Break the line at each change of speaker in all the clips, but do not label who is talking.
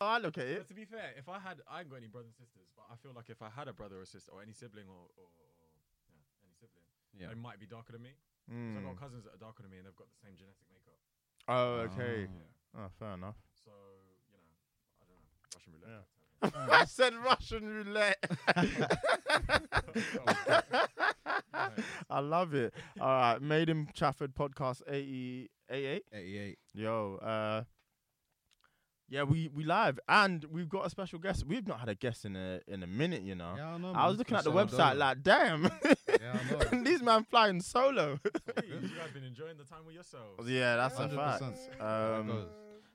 I look at it.
But to be fair, if I had, I ain't got any brothers and sisters, but I feel like if I had a brother or sister or any sibling or, or, or yeah, any sibling,
Yeah.
they might be darker than me. So
Mm.
I've got cousins that are darker than me and they've got the same genetic makeup.
Oh, okay.
Ah.
Yeah.
Oh, fair enough.
So, you know, I don't know. Russian roulette.
Yeah.
type of-
I said Russian roulette. I love it. All right, Made in Trafford podcast E 88.
88.
Yo, uh, yeah, we we live and we've got a special guest. We've not had a guest in a in a minute, you know.
Yeah, I know.
I was
man.
looking at the
Concerned,
website
don't
like, damn,
you? Yeah, I know.
these man flying solo.
Hey, you guys been enjoying the time with yourselves?
Oh, yeah, that's a fact.
100%.
Um,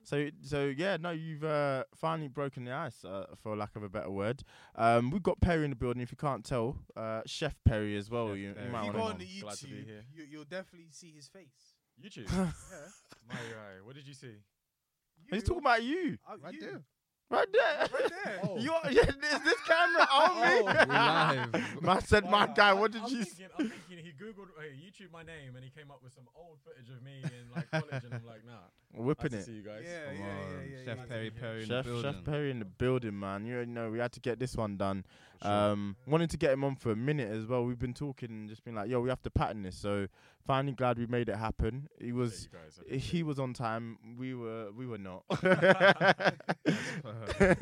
So so yeah, no, you've uh, finally broken the ice, uh, for lack of a better word. Um, we've got Perry in the building. If you can't tell, uh, Chef Perry as well.
Chef
you, you
Perry.
might
If
Well,
you go
wanna-
on the
glad to be
YouTube,
here.
you, you'll definitely see his face.
YouTube.
Yeah.
My guy, what did you see?
He's talking about you
Oh,
Right
you.
there.
right there.
Right there.
Oh.
You are, yeah, is this camera on me?
We're Oh, live.
Man said, my
Wow.
guy,
Uh, I-
what did
I'm
you? s-
Thinking, I'm thinking he googled uh, YouTube my name and he came up with some old footage of me in like college, and I'm like, nah. Nice
Whipping
to
it.
see you
Yeah,
guys.
yeah,
Come
yeah,
on,
yeah, yeah,
Chef
yeah.
Perry Perry in the
Chef,
building.
Chef Perry in the building, man. You already know we had to get this one done. Um, wanted to get him on for a minute as well. We've been talking and just been like, yo, we have to pattern this. So finally, glad we made it happen. He
Appreciate
was.
you guys. I appreciate
He was on time. We were, we were not.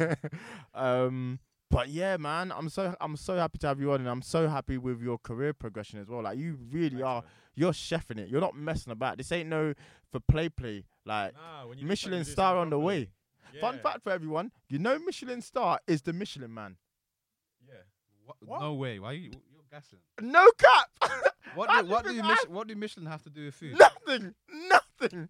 um, but yeah, man, I'm so, I'm so happy to have you on, and I'm so happy with your career progression as well. Like you
you.
really are,
Thanks,
you're chefing it. You're not messing about. This ain't no for play, play. Like
man. Nah, when you do
Michelin
something, do
star
something
on the way.
properly.
Fun
Yeah,
fact for everyone, you know Michelin star is the Michelin man.
Yeah.
What? No way. Why you? You're gassing.
No cap.
What
I've
do, what do
been-
you
I've-
Mich- What do Michelin have to do with food?
nothing. Nothing.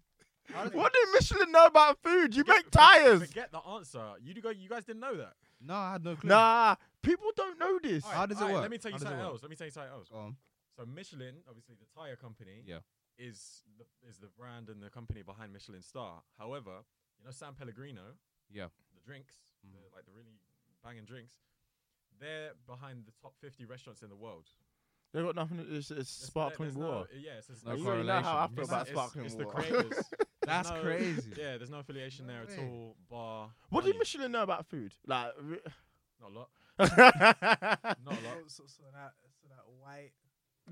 How do-
What did Michelin know about food? You make
Forget-
tires.
Forget the answer. You do go. You guys didn't know that.
No, I had no clue.
Nah, people don't know this.
How does it
Alright,
work?
Let me tell you
How does it
something
work?
else. Let me tell you something else.
Go on.
So Michelin, obviously the tire company,
Yeah.
is the is the brand and the company behind Michelin Star. However, you know San Pellegrino,
Yeah.
the drinks,
Mm.
the, like the really banging drinks. They're behind the top 50 restaurants in the world.
They got nothing. It's, it's
There's-
sparkling
there's no-
water.
yeah, it's, it's
No
you
it's-
already know how I
correlation.
feel
it's-
about
it's-
sparkling
it's the
water.
creators. There's
That's
no-
crazy.
Yeah, there's no affiliation there at
way.
all. Bar.
What
money.
did Michelin know about food? Like, re-
Not a lot.
that.
Not a lot.
Oh, So, so, so that, so that white.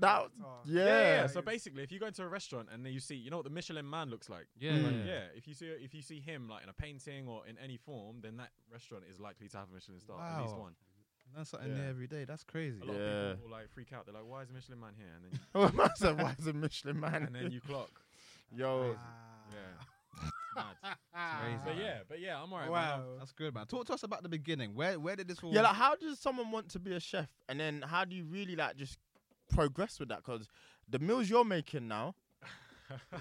Yeah.
tar.
Yeah, yeah, yeah.
yeah.
So basically, if you go into a restaurant and then you see, you know what the Michelin man looks like.
Yeah.
Mm.
Like,
yeah.
yeah, if you see if you see him like in a painting or in any form, then that restaurant is likely to have a Michelin star, at least
Wow.
one.
Learn something
Yeah.
new every day. That's crazy.
A lot
Yeah.
of people will like freak out. They're like, "Why is a Michelin man here?" And then
I said, why is a Michelin
you,
man?
and then you clock.
Yo,
Ah.
Yeah, It's mad.
Crazy.
But yeah, but yeah, I'm alright.
wow.
That's good, man. Talk to us about the beginning. Where where did this all?
yeah. Like, how does someone want to be a chef, and then how do you really like just progress with that? Because the meals you're making now,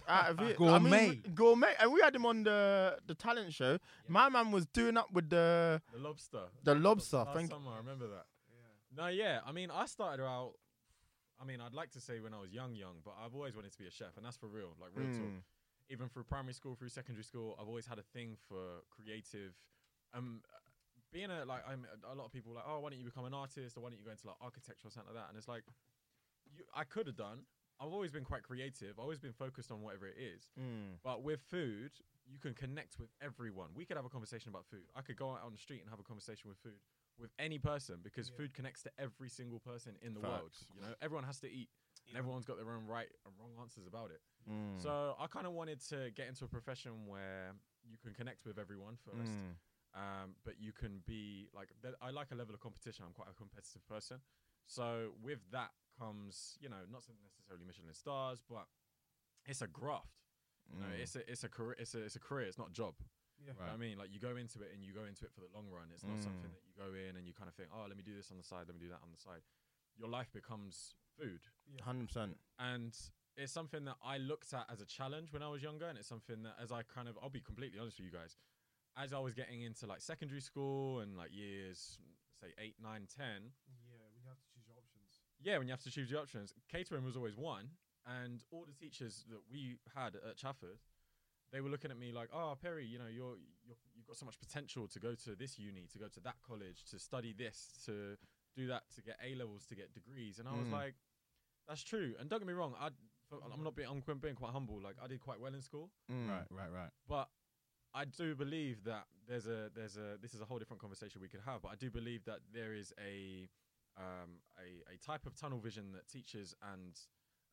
out of it. I mean,
Gourmet.
gourmet. And we had him on the the talent show. My man was doing up with the
the lobster.
the lobster.
Last
Thank
summer, I remember that. No, yeah. I mean, I started out. I mean, I'd like to say when I was young, young, but I've always wanted to be a chef, and that's for real, like real talk.
Mm.
even through primary school, through secondary school, I've always had a thing for creative. Um, uh, being a like, I'm a lot of people like, oh, why don't you become an artist, or why don't you go into like architecture or something like that? And it's like, you, I could have done. I've always been quite creative. I've always been focused on whatever it is.
Mm.
But with food, you can connect with everyone. We could have a conversation about food. I could go out on the street and have a conversation with food with any person because
Yeah.
food connects to every single person in the world.
Facts.
You know, everyone has to eat, and
Yeah.
everyone's got their own right and wrong answers about it.
Mm.
So I kind of wanted to get into a profession where you can connect with everyone first,
Mm.
um, but you can be like th- I like a level of competition. I'm quite a competitive person, so with that comes you know not so necessarily Michelin stars, but it's a graft. You know,
Mm.
it's a it's a career it's a, it's a career. It's not a job. You
Yeah.
know what I mean, like you go into it and you go into it for the long run. It's not something
Mm.
that you go in and you kind of think, oh, let me do this on the side, let me do that on the side. Your life becomes food
Hundred percent.
and it's something that I looked at as a challenge when I was younger, and it's something that as I kind of, I'll be completely honest with you guys, as I was getting into like secondary school and like years, say eight, nine, ten,
Yeah, we have to choose your options.
yeah, when you have to choose your options, catering was always one, and all the teachers that we had at Chafford, they were looking at me like, "Oh, Perry, you know, you're, you're you've got so much potential to go to this uni, to go to that college, to study this, to do that, to get A levels, to get degrees," and I was
Mm.
like, "That's true." And don't get me wrong, I, I'm not being, I'm being quite humble. Like I did quite well in school,
Mm.
Right, right, right.
but I I do believe that there's a there's a this is a whole different conversation we could have, but I do believe that there is a um, a, a type of tunnel vision that teachers and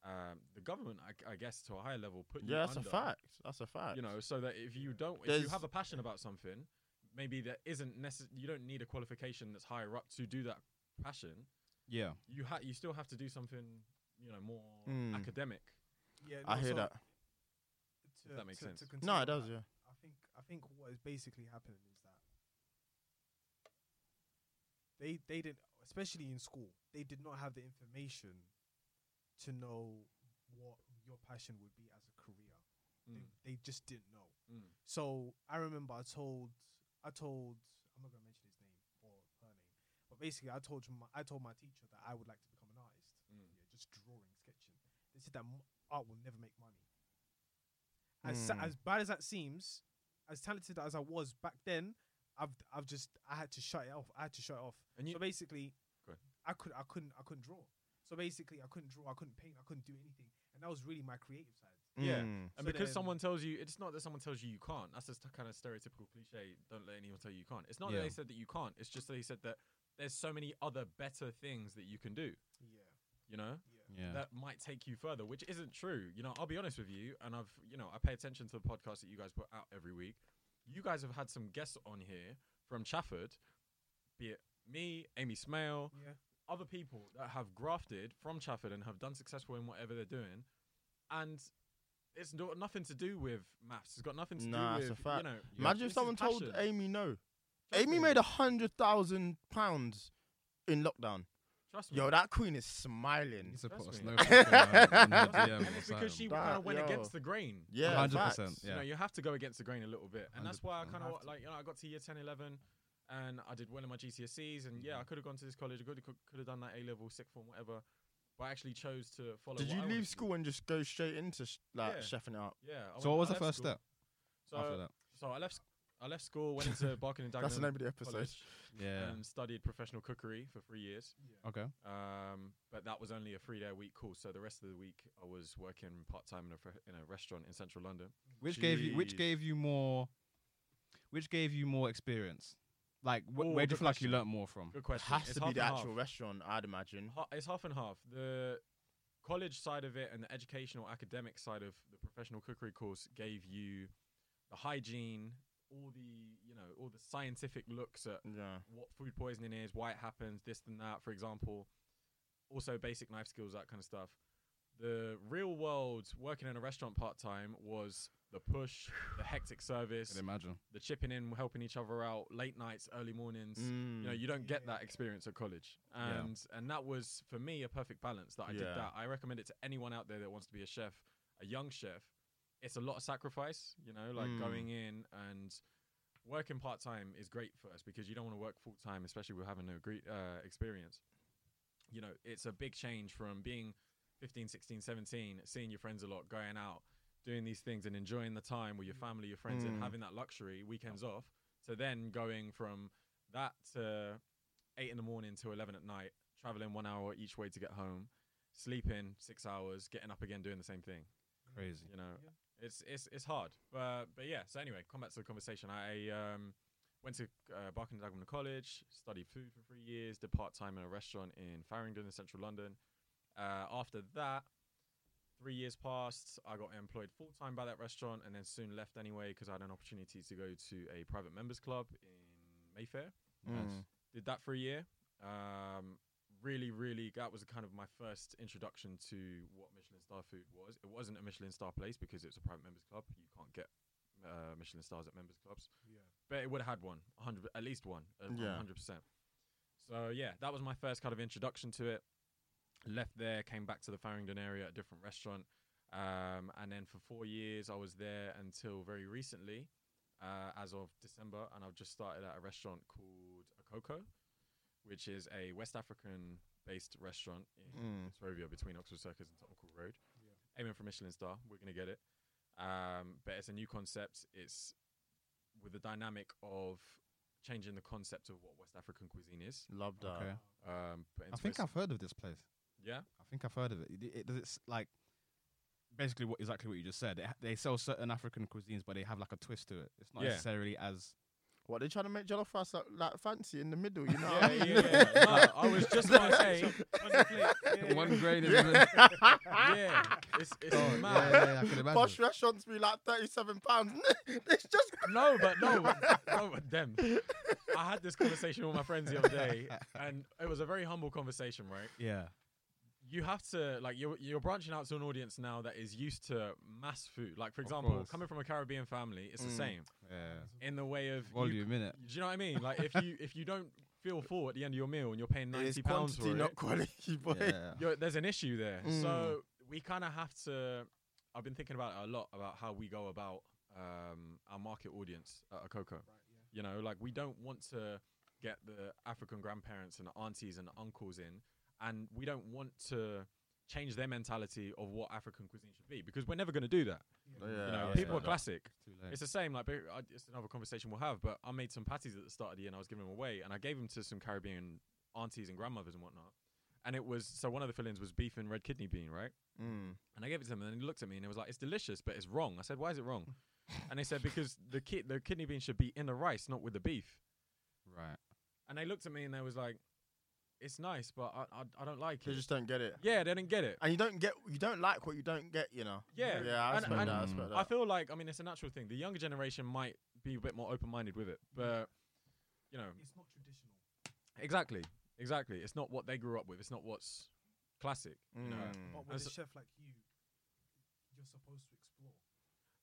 um, the government, I, g- I guess, to a higher level, put you
Yeah, that's
under,
a fact. That's a fact.
You know, so that if you don't, if you
There's-
have a passion about something, maybe there isn't necess- You don't need a qualification that's higher up to do that passion.
Yeah.
You ha- you still have to do something, you know, more
Mm.
academic.
Yeah,
I
no,
hear
so
that.
to-
that makes
to-
sense.
to
No,
continue
No, it
on
does.
that,
Yeah.
I think I think what is basically happening is that they they didn't, especially in school, they did not have the information to know what your passion would be as a career.
Mm.
They, they just didn't know.
Mm.
So I remember I told I told I'm not gonna mention his name or her name, but basically I told my, I told my teacher that I would like to become an artist,
Mm.
yeah, just drawing, sketching. They said that m- art will never make money. As sa-
Mm.
as bad as that seems, as talented as I was back then, I've I've just I had to shut it off. I had to shut it off.
And you,
so basically,
Go ahead.
I could I couldn't I couldn't draw. So basically, I couldn't draw. I couldn't paint. I couldn't do anything, and that was really my creative side.
Yeah.
Mm.
And
So
because
then-
someone tells you, it's not that someone tells you you can't. That's just kind of stereotypical cliche. Don't let anyone tell you you can't. It's not that
Yeah.
they said that you can't. It's just that they said that there's so many other better things that you can do.
Yeah,
You know,
yeah.
Yeah.
that might take you further, which isn't true. You know, I'll be honest with you, and I've you know I pay attention to the podcast that you guys put out every week. You guys have had some guests on here from Chafford, be it me, Amy Smale,
Yeah.
other people that have grafted from Chafford and have done successful in whatever they're doing, and it's no, nothing to do with maths. It's got nothing to
Nah,
do
it's
with
a fact.
you know.
Imagine
this
if
is
someone told
passion.
Amy no.
Trust
Amy
me,
made a hundred thousand pounds in lockdown.
trust me.
Yo, that queen is smiling.
Needs to put a
Trust
snow
me.
cone on the DM
and
or
it's because she
something.
That-
kind of went
yo.
against the grain.
Yeah,
100%,
facts.
yeah.
you know you have to go against the grain a little bit and that's why i
100%.
kind
Have
of
to.
like you know i got to year 10 11 and i did well in my gcse's and yeah i could have gone to this college i could have done that a level sixth form whatever but i actually chose to follow
Did
what
you
I wanted
leave
to do.
school and just go straight into sh- like
Yeah.
chefing it up?
yeah I
So
went-
what was
I
the
left
first
school.
step
so,
after that?
so i left s- i left school went into barking and
That's the name
Dagenham
of the episode.
college
Yeah.
and studied professional cookery for three years
yeah.
Okay.
um, but that was only a three day a week course so the rest of the week i was working part time in a, fr- in a restaurant in central london
Which gave you
Jeez.
which gave you more which gave you more experience? Like wh-
Ooh,
where do you
good
feel like you
question.
learnt more from?
good
It
question
has
It's
to be
half
the
and half.
actual restaurant, I'd imagine.
Ha- it's half and half. The college side of it and the educational academic side of the professional cookery course gave you the hygiene, all the you know, all the scientific looks at
Yeah.
what food poisoning is, why it happens, this and that, for example. Also, basic knife skills, that kind of stuff. The real world working in a restaurant part time was the push, the hectic
I
service,
can imagine.
the chipping in, helping each other out, late nights, early mornings you know
Mm.
you don't get that
Yeah.
experience at college
Yeah.
and and that was for me a perfect balance that i did
Yeah.
that i recommend it to anyone out there that wants to be a chef a young chef it's a lot of sacrifice you know like
Mm.
going in and working part-time is great first because you don't want to work full-time especially with having no agree- uh, experience you know it's a big change from being 15 16 17 seeing your friends a lot going out doing these things and enjoying the time with your family your friends
Mm.
and having that luxury weekends off to then going from that to eight in the morning to 11 at night, traveling one hour each way to get home, sleeping six hours, getting up again, doing the same thing.
Crazy.
You know, it's it's it's hard, but but yeah. So anyway, come back to the conversation. I um went to uh, Barking and Dagenham College, studied food for three years, did part time in a restaurant in Farringdon in central London. Uh, after that, three years passed. I got employed full time by that restaurant, and then soon left anyway because I had an opportunity to go to a private members club in Mayfair
Nice.
Mm.
did that for a year. Um, really, really, that was kind of my first introduction to what Michelin star food was. It wasn't a Michelin star place because it's a private members club. You can't get uh, Michelin stars at members clubs, but it would have had one, 100, at least one, uh,
Yeah.
100%. So yeah, that was my first kind of introduction to it. Left there, came back to the Farringdon area at a different restaurant. Um, and then for four years, I was there until very recently, uh, as of December. And I've just started at a restaurant called Akoko, which is a West African based restaurant in
Mm.
Fitzrovia between Oxford Circus and Tottenham Court Road. Aiming for Michelin star, we're going to get it. Um, but it's a new concept. It's with the dynamic of changing the concept of what West African cuisine is.
Love that.
Okay.
Um, but
I
into
think
a s-
I've heard of this place.
yeah.
I think I've heard of it. It, it does it's like basically what exactly what you just said. They, ha- they sell certain African cuisines, but they have like a twist to it. It's not
Yeah.
necessarily as
What they trying to make jollof rice like, like fancy in the middle, you know? what
Yeah,
I mean?
yeah, yeah, yeah. No, I was just gonna say,
On the plate, yeah,
one
yeah.
grain is.
Ah!
yeah, it's it's
Oh,
mad.
yeah, yeah, I can
Posh
imagine.
restaurants be like thirty-seven pounds. it's just
No, but no, no, but them. I had this conversation with my friends the other day, and it was a very humble conversation, right?
Yeah.
You have to like you're you're branching out to an audience now that is used to mass food. Like for example,
course.
coming from a Caribbean family, it's the
Mm.
same
Yeah.
in the way of you-
Volume, innit?
do you know what I mean? Like if you if you don't feel full at the end of your meal and you're paying
it's
ninety pounds for
quantity,
it,
not quality, boy.
Yeah.
you're, there's an issue there.
Mm.
So we kind of have to. I've been thinking about it a lot about how we go about um, our market audience at a Coco. You know, like we don't want to get the African grandparents and aunties and uncles in, and we don't want to change their mentality of what African cuisine should be because we're never going to do that.
Oh, Yeah,
you know,
yeah,
people
yeah.
are classic.
Too late.
It's the same. Like, but I- it's another conversation we'll have. But I made some patties at the start of the year, and I was giving them away, and I gave them to some Caribbean aunties and grandmothers and whatnot. And it was so one of the fillings was beef and red kidney bean, right?
Mm.
And I gave it to them, and then he looked at me and he was like, "It's delicious, but it's wrong." I said, "Why is it wrong?" and they said, "Because the ki- the kidney bean should be in the rice, not with the beef."
right.
And they looked at me and they was like, "It's nice, but I I, I don't like
They
it."
just don't get it,
yeah, they didn't get it.
and you don't get, you don't like what you don't get, you know.
Yeah,
yeah, I
and-
respect
and
that. I respect that.
I feel like I mean it's a natural thing. The younger generation might be a bit more open minded with it, but you know,
It's not traditional.
Exactly. Exactly. It's not what they grew up with. It's not what's classic. You know?
Mm.
But
And
with
so-
a chef like you, you're supposed to explore.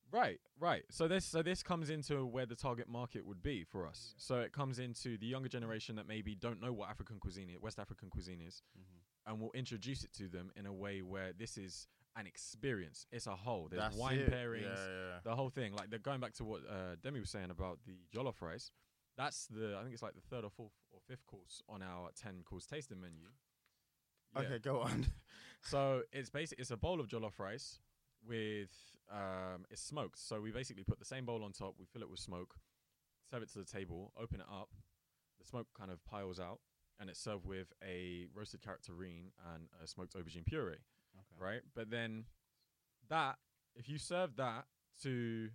Right. Right. So this so this comes into where the target market would be for us.
Yeah.
So it comes into the younger generation that maybe don't know what African cuisine, i- West African cuisine is,
Mm-hmm.
and we'll introduce it to them in a way where this is an experience. It's a whole. oh, There's
That's
wine
it.
pairings.
Yeah, yeah.
the whole thing. Like they're going back to what uh, Demi was saying about the jollof rice. That's the I think it's like the third or fourth or fifth course on our ten course tasting menu. Yeah.
Okay, go on.
So it's basic. It's a bowl of jollof rice with um, it's smoked. So we basically put the same bowl on top. We fill it with smoke, serve it to the table, open it up. The smoke kind of piles out, and it's served with a roasted carrot terrine and a smoked aubergine puree.
Okay.
Right, but then that if you serve that to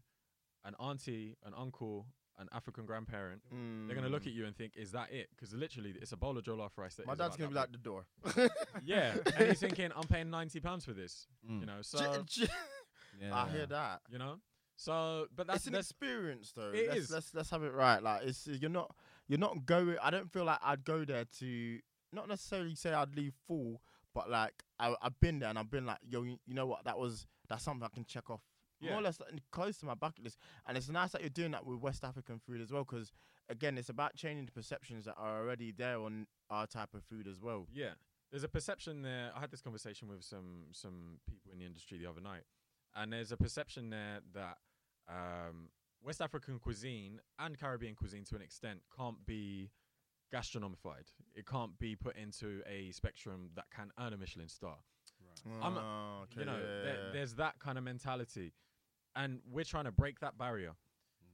an auntie, an uncle, an African grandparent. They're gonna look at you and think, "Is that it?" Because literally, it's a bowl of jollof rice. That
Mm. My
is
dad's
about
gonna be
that
like the door.
big. "Yeah," and he's thinking, "I'm paying ninety pounds for this."
Mm.
you know so
J- uh, j-
Yeah.
I hear that.
you know so but that's
it's an
that's
experience though.
It
let's,
is.
let's let's have it right. Like it's you're not you're not going. I don't feel like I'd go there to not necessarily say I'd leave full, but like I, I've been there and I've been like yo, you you know what? That was that's something I can check off. More
Yeah.
or less like, close to my bucket list, and it's nice that you're doing that with West African food as well. Because again, it's about changing the perceptions that are already there on our type of food as well.
yeah there's a perception there i had this conversation with some some people in the industry the other night and there's a perception there that um west african cuisine and caribbean cuisine to an extent can't be gastronomified it can't be put into a spectrum that can earn a michelin star I'm-
Ah, okay,
you know,
yeah,
there,
yeah, yeah.
there's that kind of mentality, and we're trying to break that barrier.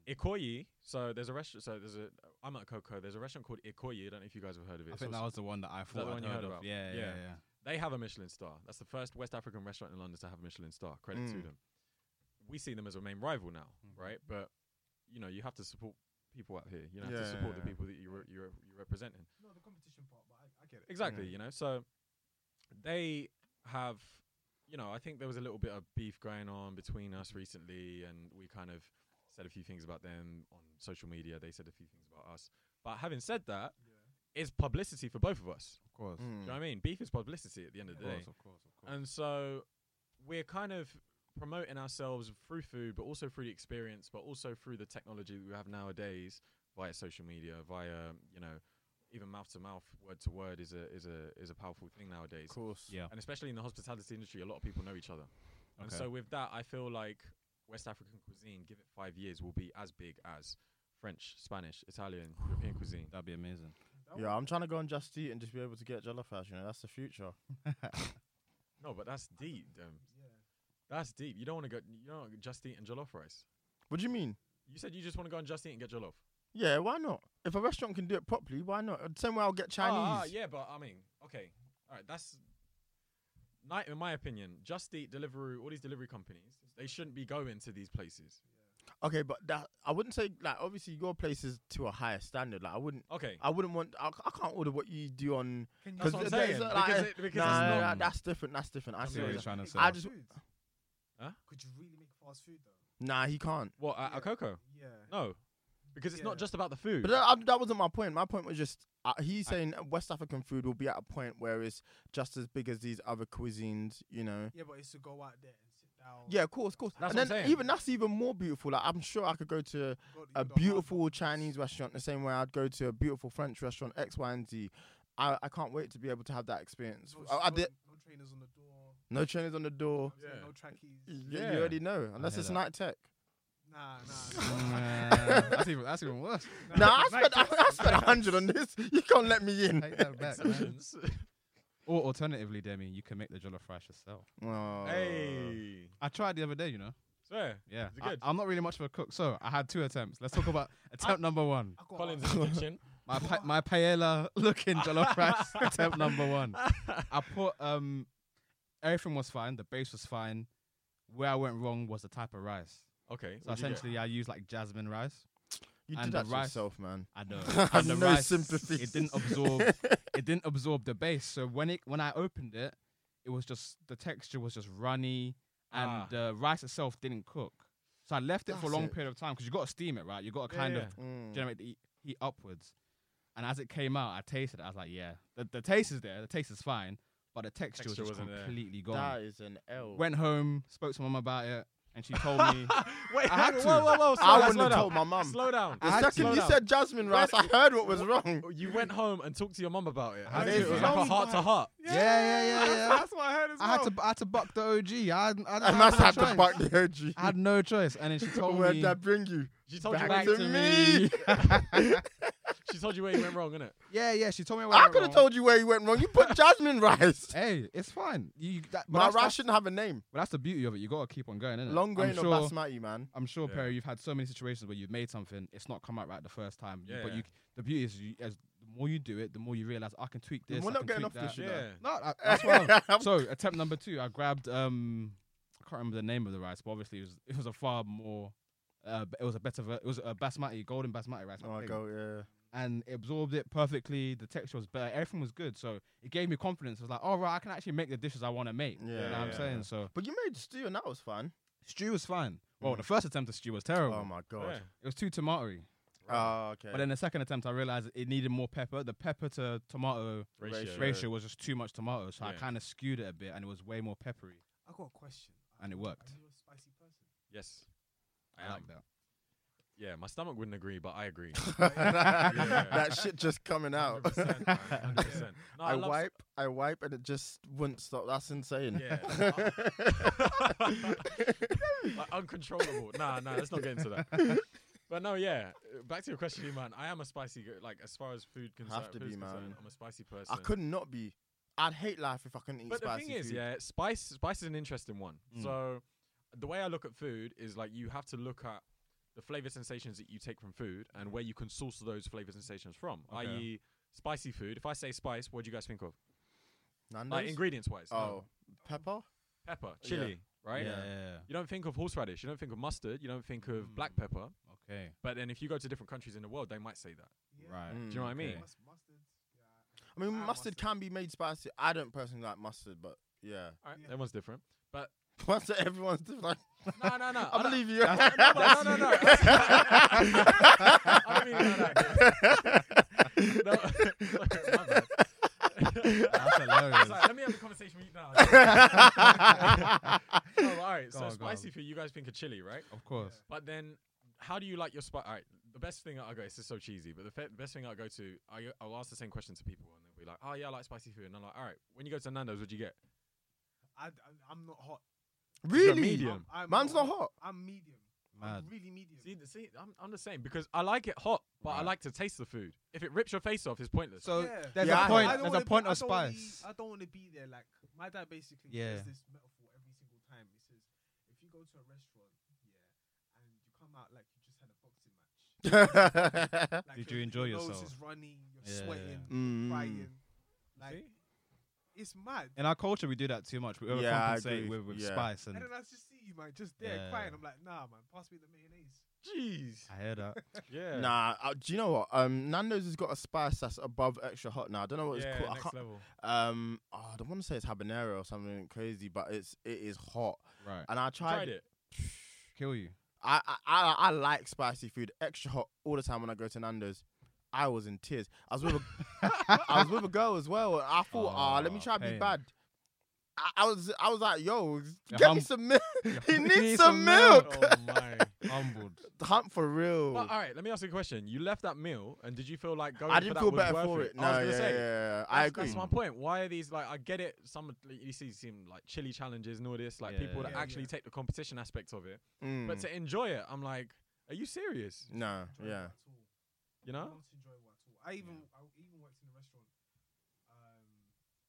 Hmm.
Ikoyi, so there's a restaurant. So there's a I'm at Coco. There's a restaurant called Ikoyi. I don't know if you guys have heard of it.
I
It's
think that
also-
was the one that I
that
thought
the
I'd
one you heard
of.
about?
Yeah, yeah,
Yeah. they have a Michelin star. That's the first West African restaurant in London to have a Michelin star. Credit to
Mm.
them. We see them as a main rival now,
Hmm.
Mhm.
right? But you know, you have to support people out here. You know, have
Yeah,
to
yeah,
support the
yeah.
people that you re- you're, you're representing.
No, the competition part, but I, I get it.
Exactly,
Mm.
Yeah.
you know. So they have, you know, I think there was a little bit of beef going on between us recently, and we kind of said a few things about them on social media. They said a few things about us. But having said that, it's publicity for both of us.
Of course.
Mm.
Do you know what I mean? Beef is publicity at the end of
Of
the day.
course, of course, of course.
And so we're kind of promoting ourselves through food, but also through the experience, but also through the technology that we have nowadays via social media, via you know, even mouth to mouth, word to word is a is a is a powerful thing nowadays.
of course.
Yeah.
And especially in the hospitality industry, a lot of people know each other. And
Okay.
so with that, I feel like West African cuisine, give it five years, will be as big as French, Spanish, Italian, European cuisine.
That'd be amazing.
That
Yeah, I'm trying to go on Just Eat and just be able to get jollof rice. You know, that's the future.
No, but that's deep. Um,
was- yeah.
that's deep. You don't want to go. You don't wanna just eat and jollof rice.
What do you mean?
You said you just want to go and just eat and get jollof.
Yeah, why not? If a restaurant can do it properly, why not? Uh, Same way I'll get Chinese.
Ah, ah, yeah, but I mean, okay, all right, that's night, in my opinion, Just Eat, Deliveroo, all these delivery companies, they shouldn't be going to these places.
Okay, but that I wouldn't say like obviously your place is to a higher standard. Like I wouldn't,
Okay,
I wouldn't want. I, I can't order what you do on.
Can
that's
Because
what I'm
th- there's
saying.
a-
because
like,
it- because
Nah, nah,
it's
nah,
not.
that's different. That's different. I
I'm
see.
what
what
you're
you're
trying to
saying. I
say.
just
Huh?
Could you really make fast food though?
nah, he can't.
what at,
Yeah.
at Coco?
Yeah.
No, because it's
Yeah.
not just about the food.
But uh, that, I- that wasn't my point. My point was just uh, he's saying West African food will be at a point where it's just as big as these other cuisines. You know.
Yeah, but it's to go out there and sit down.
Yeah, of course, of course.
Oh. That's
and
what I'm
then
saying.
even that's even more beautiful. Like I'm sure I could go to
go to-
a
you got hot
beautiful
dogs.
Chinese restaurant the same way I'd go to a beautiful French restaurant X, Y, and Z. I, I can't wait to be able to have that experience.
No,
I, I
no-
did,
no trainers on the door.
no trainers on the door.
you know what I'm saying? No trackies.
Y-
Yeah.
You already know, unless
hear
it's
that.
night tech.
Nah, nah.
Nah, that's even that's even worse.
nah.
Nah, I
Night
spent I,
tech.
I spent a hundred on this. You can't let me in.
Take that back. man.
Exceptions.
Or alternatively, Demi, you can make the jollof rice yourself.
Oh.
hey,
I tried the other day, you know.
swear.
Yeah,
Is it
I,
good?
I'm not really much of a cook, so I had two attempts. Let's talk about attempt number one.
I got
Collins
hot
in the kitchen.
My pa- my paella looking jollof rice attempt number one. I put um, everything was fine. The base was fine. Where I went wrong was the type of rice.
Okay.
So
what'd you get?
essentially, I used like jasmine rice.
You
And
did
the
that to
rice.
yourself, man.
I know.
I have
And the
no
rice,
sympathy. Mm.
It didn't absorb. it didn't absorb the base. So when it when I opened it, it was just the texture was just runny, and
Ah.
the rice itself didn't cook. So I left it for a
That's
long
it.
period of time because you got to steam it, right? You got to
Yeah,
kind
yeah.
of
Mm.
generate the heat, heat upwards. And as it came out, I tasted it. I was like, yeah, the, the taste is there. The taste is fine, but the texture,
Texture
was just
wasn't there.
completely
That
gone.
is an L.
Went home, spoke to my mum about it, and she told me.
Wait,
I had
whoa,
to.
whoa, whoa, whoa, slow
I
down,
wouldn't
slow
have
down.
told my mum.
Slow down.
The second
Slow
you
down.
said jasmine rice, I heard what was wrong.
you went home and talked to your mum about it.
I had
It
to.
was like a
Long
heart to heart.
Yeah, yeah, yeah, yeah.
That's what I heard as
I
well.
had to, I had to buck the OG. I, had, I,
I
had
must
no
have to
choice.
buck the OG.
I had no choice, and then she told
Where'd
me
that bring you?
She told you
Back
where,
to me.
she told you where you went wrong, innit?
yeah, yeah. She told me. where
I
went
could have
wrong.
told you where you went wrong. You put jasmine rice.
Hey, it's fine. You, you- that, but
My
that's,
rice
that's,
shouldn't have a name.
but that's the beauty of it. You gotta keep on going, innit?
Long
I'm
grain
sure,
or basmati, man.
I'm sure,
Yeah.
Perry, you've had so many situations where you've made something, it's not come out right the first time. you- But
Yeah.
you, the beauty is, you, as the more you do it, the more you realize I can tweak this.
We're
I
not
can
getting
tweak
off
that.
this shit.
Yeah.
No, I- that's what. I- so attempt number two, I grabbed. Um, I can't remember the name of the rice, but obviously it was it was a far more. Uh, b- it was a better. Ver- it was a basmati, golden basmati rice.
Oh
I
my
think.
god, yeah.
and it absorbed it perfectly. The texture was better. Everything was good. So it gave me confidence. I was like, all right, I can actually make the dishes I want to make. you know
Yeah,
what I'm
yeah,
saying?
yeah.
So
But you made stew and that was fun.
stew was fine. Well,
Mm.
the first attempt at stew was terrible.
Oh my god.
it was too tomatoey.
Oh, okay.
But then the second attempt, I realized it needed more pepper. The pepper to tomato
Yeah. Ratio.
Yeah.
ratio was just too much tomato. So I
Yeah.
kind of skewed it a bit and it was way more peppery.
I got a question.
And it
Are
worked.
you a spicy person?
Yes. Um,
I
Um,
like that.
Yeah, my stomach wouldn't agree, but I agree.
That shit just coming out.
100%, man, 100%. No,
I,
love
wipe, I wipe, and it just wouldn't stop. That's insane.
Yeah. like, uncontrollable. Nah, nah, let's not get into that. But no, yeah. uh, Back to your question, man. I am a spicy g- like as far as food concer-
Have to
food's
be,
concerned,
man.
I'm a spicy person.
I could not be. I'd hate life if I couldn't eat
But the
spicy
thing is,
food.
yeah, spice spice is an interesting one.
Mm.
So the way I look at food is like you have to look at the flavor sensations that you take from food and where you can source those flavor sensations from.
Okay.
I.e. spicy food. If I say spice, what do you guys think of?
Nando's?
Like ingredients wise.
oh, pepper?
Pepper,
Yeah.
chili, right?
Yeah, yeah,
You don't think of horseradish, you don't think of mustard, you don't think of black
Mm.
pepper.
yeah. Okay.
But then if you go to different countries in the world, they might say that.
Yeah.
Right.
Mm.
Do you know what I mean?
Hmm, okay.
Mus- mustard. Yeah.
I mean,
I
mustard,
have mustard.
can be made spicy. I don't personally like mustard, but yeah.
All right,
Yeah.
everyone's different. But
Mustard, everyone's different.
no, no, no.
I
don't-
believe you.
No, but no, no, no. I don't mean it like that. No, sorry, my bad.
That's
It's
hilarious.
like, let me have a conversation with you now. No, all right.
Go
so
on, go
spicy
on.
food, you guys think of chili, right?
of course.
But then, how do you like your spice? All right, the best thing I go. This is so cheesy, but the fe- best thing I go to, I, I'll ask the same question to people, and they'll be like, "Oh yeah, I like spicy food." And I'm like, "All right, when you go to Nando's, what'd you get?"
I, I, I'm not hot.
You're
really?
medium.
I'm, I'm
Man's not hot.
I'm medium.
Mad.
I'm really medium.
See, th- see, I'm, I'm the same because I like it hot, but I
Right.
like to taste the food. If it rips your face off, it's pointless.
So
Yeah.
there's
Yeah,
a
I-
point.
I
There's
don't wanna
a
be-
point
I
of
don't wanna be-
spice.
I don't want to be there. Like my dad basically
Yeah.
uses this metaphor every single time. He says, if you go to a restaurant, yeah, and you come out like you just had a boxing match. Like
Did
your-
you enjoy
your Nose
yourself?
is runny. You're
Yeah.
sweating,
Mm.
crying. Like
See?
it's mad.
In our culture, we do that too much. We
Yeah, I
overcompensate
agree.
with, with
Yeah.
spice,
And
and
then I just see you, man, just there
Yeah.
crying. I'm like, nah, man, pass me the mayonnaise.
Jeez.
I hear that.
Yeah.
Nah, uh, do you know what? Um, Nando's has got a spice that's above extra hot now. I don't know what
yeah,
it's called. I
next
can't,
level.
um, oh, I don't want to say it's habanero or something crazy, but it's it is hot.
Right,
And I tried,
Tried it.
kill you.
I, I I I like spicy food, extra hot all the time when I go to Nando's. I was in tears. I was with a, I was with a girl as well. and I thought, ah, let me
Oh,
try to be
pain.
bad. I, I was I was like, yo,
You're
get me
hum-
some milk. he needs
need
some,
some
milk.
milk.
oh my.
Humbled.
Hunt for real.
Well, all right, let me ask you a question. You left that meal, and did you feel like going
I
for
didn't
that
feel
was
better
worth
for it.
it?
No,
I was
yeah,
gonna say,
yeah, yeah, I
That's,
agree.
that's my point. Why are these like? I get it. Some you see, seem like chili challenges and all this. Like
Yeah.
people that
Yeah,
actually
yeah.
take the competition aspect of it,
Mm.
but to enjoy it, I'm like, are you serious?
no,
Enjoyable
yeah.
at all.
You know?
Not enjoyable at all. I even I even worked in a restaurant. Um,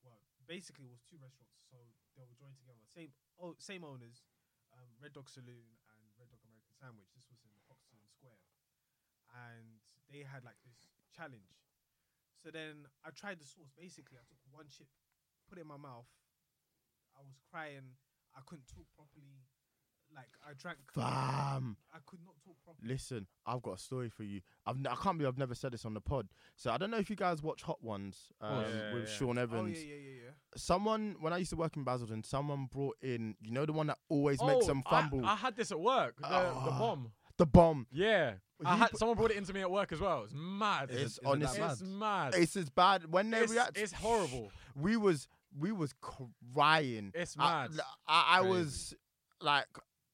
well, basically it was two restaurants, so they were joined together. Same oh, same owners, um, Red Dog Saloon and Red Dog American Sandwich. This was in Hoxton Square, and they had like this challenge. So then I tried the sauce. Basically, I took one chip, put it in my mouth. I was crying. I couldn't talk properly. Like I drank.
Fam,
I could not talk properly.
listen, I've got a story for you. I've n- I can't believe I've never said this on the pod. So I don't know if you guys watch Hot Ones um,
course. Yeah,
with
yeah.
Sean
Oh
Evans.
yeah, yeah, yeah, yeah.
Someone when I used to work in Basildon, someone brought in you know the one that always makes them
Oh, I-
fumble,
I, had this at work. The, the
Ah.
bomb.
the bomb.
Yeah.
Well,
I
you
had
put-
someone brought it into me at work as well. It's mad.
It's
Is it- is it that
honestly-
it's mad.
It's as bad when they
It's-
react.
it's horrible.
We was we was crying.
It's
I,
mad.
I, I
Crazy.
was like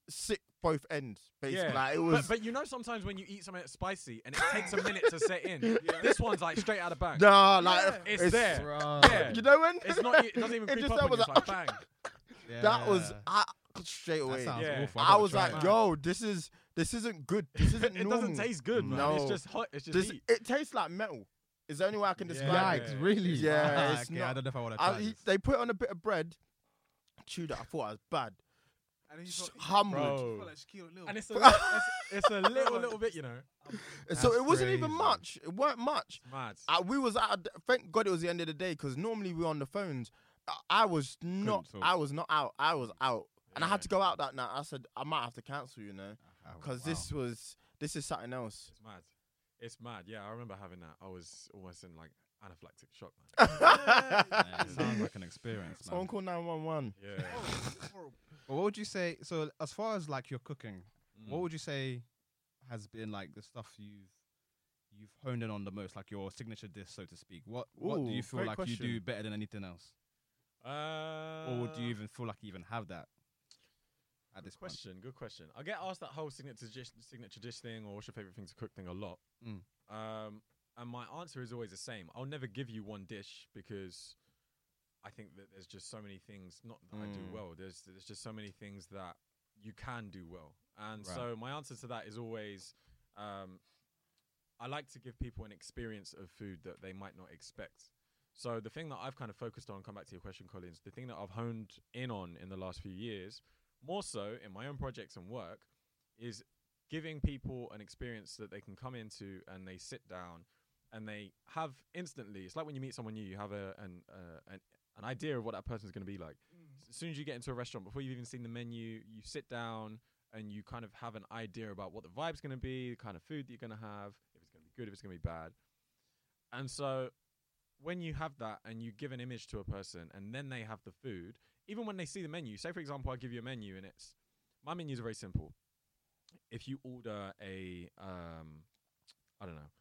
sick both ends. Basically,
yeah.
like, it was.
but, but you know sometimes when you eat something that's spicy and it takes a minute to set in.
Yeah.
This one's like straight out of bag.
Nah, like
Yeah.
It's there. Yeah.
You know when
It's not. e, It doesn't even
It
creep
just
up. On you.
was
It's
like,
like bang.
That was I, straight away.
sounds
Yeah.
awful.
I
gotta
was
try
like,
it.
yo, this is this isn't good. This isn't
it
normal.
doesn't taste good, man.
No.
It's just hot. It's just
This,
heat.
it tastes like metal. Is the only way I can describe
Yikes,
it.
Yeah.
really?
Yeah,
Ah,
it's
okay, I
not-
don't know if I want to try
I,
this.
he- they put on a bit of bread, chewed it. I thought I was bad.
And then you
S-
felt- you
humbled.
Bro.
felt like Shaquille O'Neal.
And it's a, it's, it's a little, little bit, you know.
so
That's
it wasn't even
crazy.
much. It weren't much.
It's mad.
I, we was at. a d- Thank God it was the end of the day because normally we're on the phones. I, I was not.
talk.
I was not out. I was out, and I
Yeah.
had to go out that night. I said I might have to cancel, you know,
Oh,
because
wow.
this was this is something else.
It's mad. It's mad. Yeah, I remember having that. I was almost in like anaphylactic shock, man.
Yeah, it sounds like an experience, man.
Someone call 911.
Yeah.
horrible, horrible.
But what would you say? So, as far as like your cooking,
Mm.
what would you say has been like the stuff you've you've honed in on the most, like your signature dish, so to speak? What what do
Ooh,
you feel
great
like
question.
you do better than anything else,
Uh,
or do you even feel like you even have that at this point?
question? Good question. I get asked that whole signature dish, signature dish thing or what's your favorite thing to cook thing a lot.
Mm.
Um, and my answer is always the same. I'll never give you one dish because I think that there's just so many things not that I do
Mm.
well. There's there's just so many things that you can do well. And
Right.
so my answer to that is always um, I like to give people an experience of food that they might not expect. So the thing that I've kind of focused on, come back to your question, Collins, the thing that I've honed in on in the last few years, more so in my own projects and work, is giving people an experience that they can come into and they sit down and they have instantly. It's like when you meet someone new, you have a an uh, an, an idea of what that person's going to be like.
Mm.
As soon as you get into a restaurant, before you've even seen the menu, you sit down and you kind of have an idea about what the vibe's going to be, the kind of food that you're going to have, if it's going to be good, if it's going to be bad. And so when you have that and you give an image to a person and then they have the food, even when they see the menu, say for example, I give you a menu and it's my menus are very simple. If you order a um, I don't know,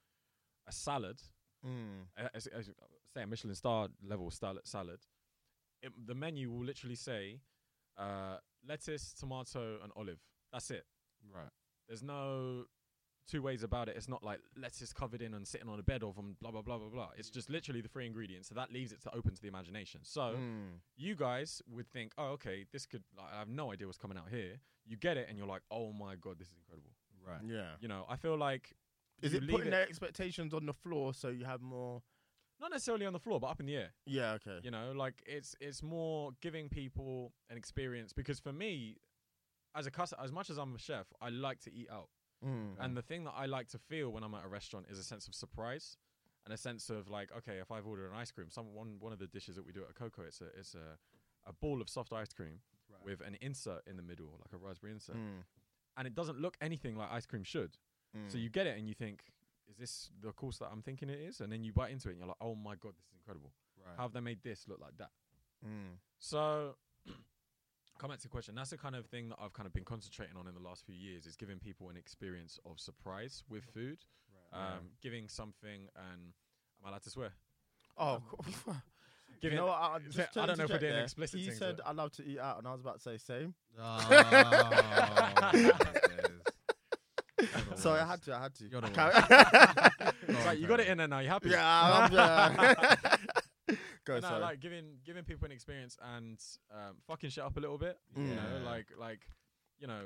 a salad,
Mm.
a, a- a- say a Michelin star level sal- salad, it, the menu will literally say uh, lettuce, tomato, and olive. That's it.
Right.
There's no two ways about it. It's not like lettuce covered in and sitting on a bed of them, blah blah blah blah blah. It's just literally the three ingredients. So that leaves it to open to the imagination. So
Oh.
Mm.
you guys would think, oh okay, this could. Like, I have no idea what's coming out here. You get it, and you're like, oh my god, this is incredible.
Right.
Yeah.
You know, I feel like
Is
you
it
leave
putting their expectations on the floor so you have more?
not necessarily on the floor, but up in the air.
Yeah. Okay.
You know, like it's it's more giving people an experience because for me, as a customer, as much as I'm a chef, I like to eat out,
Mm.
and the thing that I like to feel when I'm at a restaurant is a sense of surprise and a sense of like, okay, if I've ordered an ice cream, some one one of the dishes that we do at Coco, it's a it's a a ball of soft ice cream
Right.
with an insert in the middle, like a raspberry insert,
Mm,
and it doesn't look anything like ice cream should. So
mm.
you get it and you think, is this the course that I'm thinking it is? And then you bite into it and you're like, oh my god, this is incredible. How have they made this look like that?
Mm.
So, come back to the question. That's the kind of thing that I've kind of been concentrating on in the last few years is giving people an experience of surprise with food, um,
Yeah.
giving something and. Am I allowed to swear? Um,
Oh, cool.
Giving
you know what? I,
Yeah,
just
I
to
don't know if we're
check
doing
there,
explicit
He
things,
said
but-
I love to eat out, and I was about to say same.
Oh.
so I had to. I had to.
You're the
I can't-
It's like, you got it in there now. You happy?
yeah, I'm, uh, yeah. Go
No,
sorry.
like giving giving people an experience and um, fucking shit up a little bit.
Mm.
You know,
Yeah.
like like you know,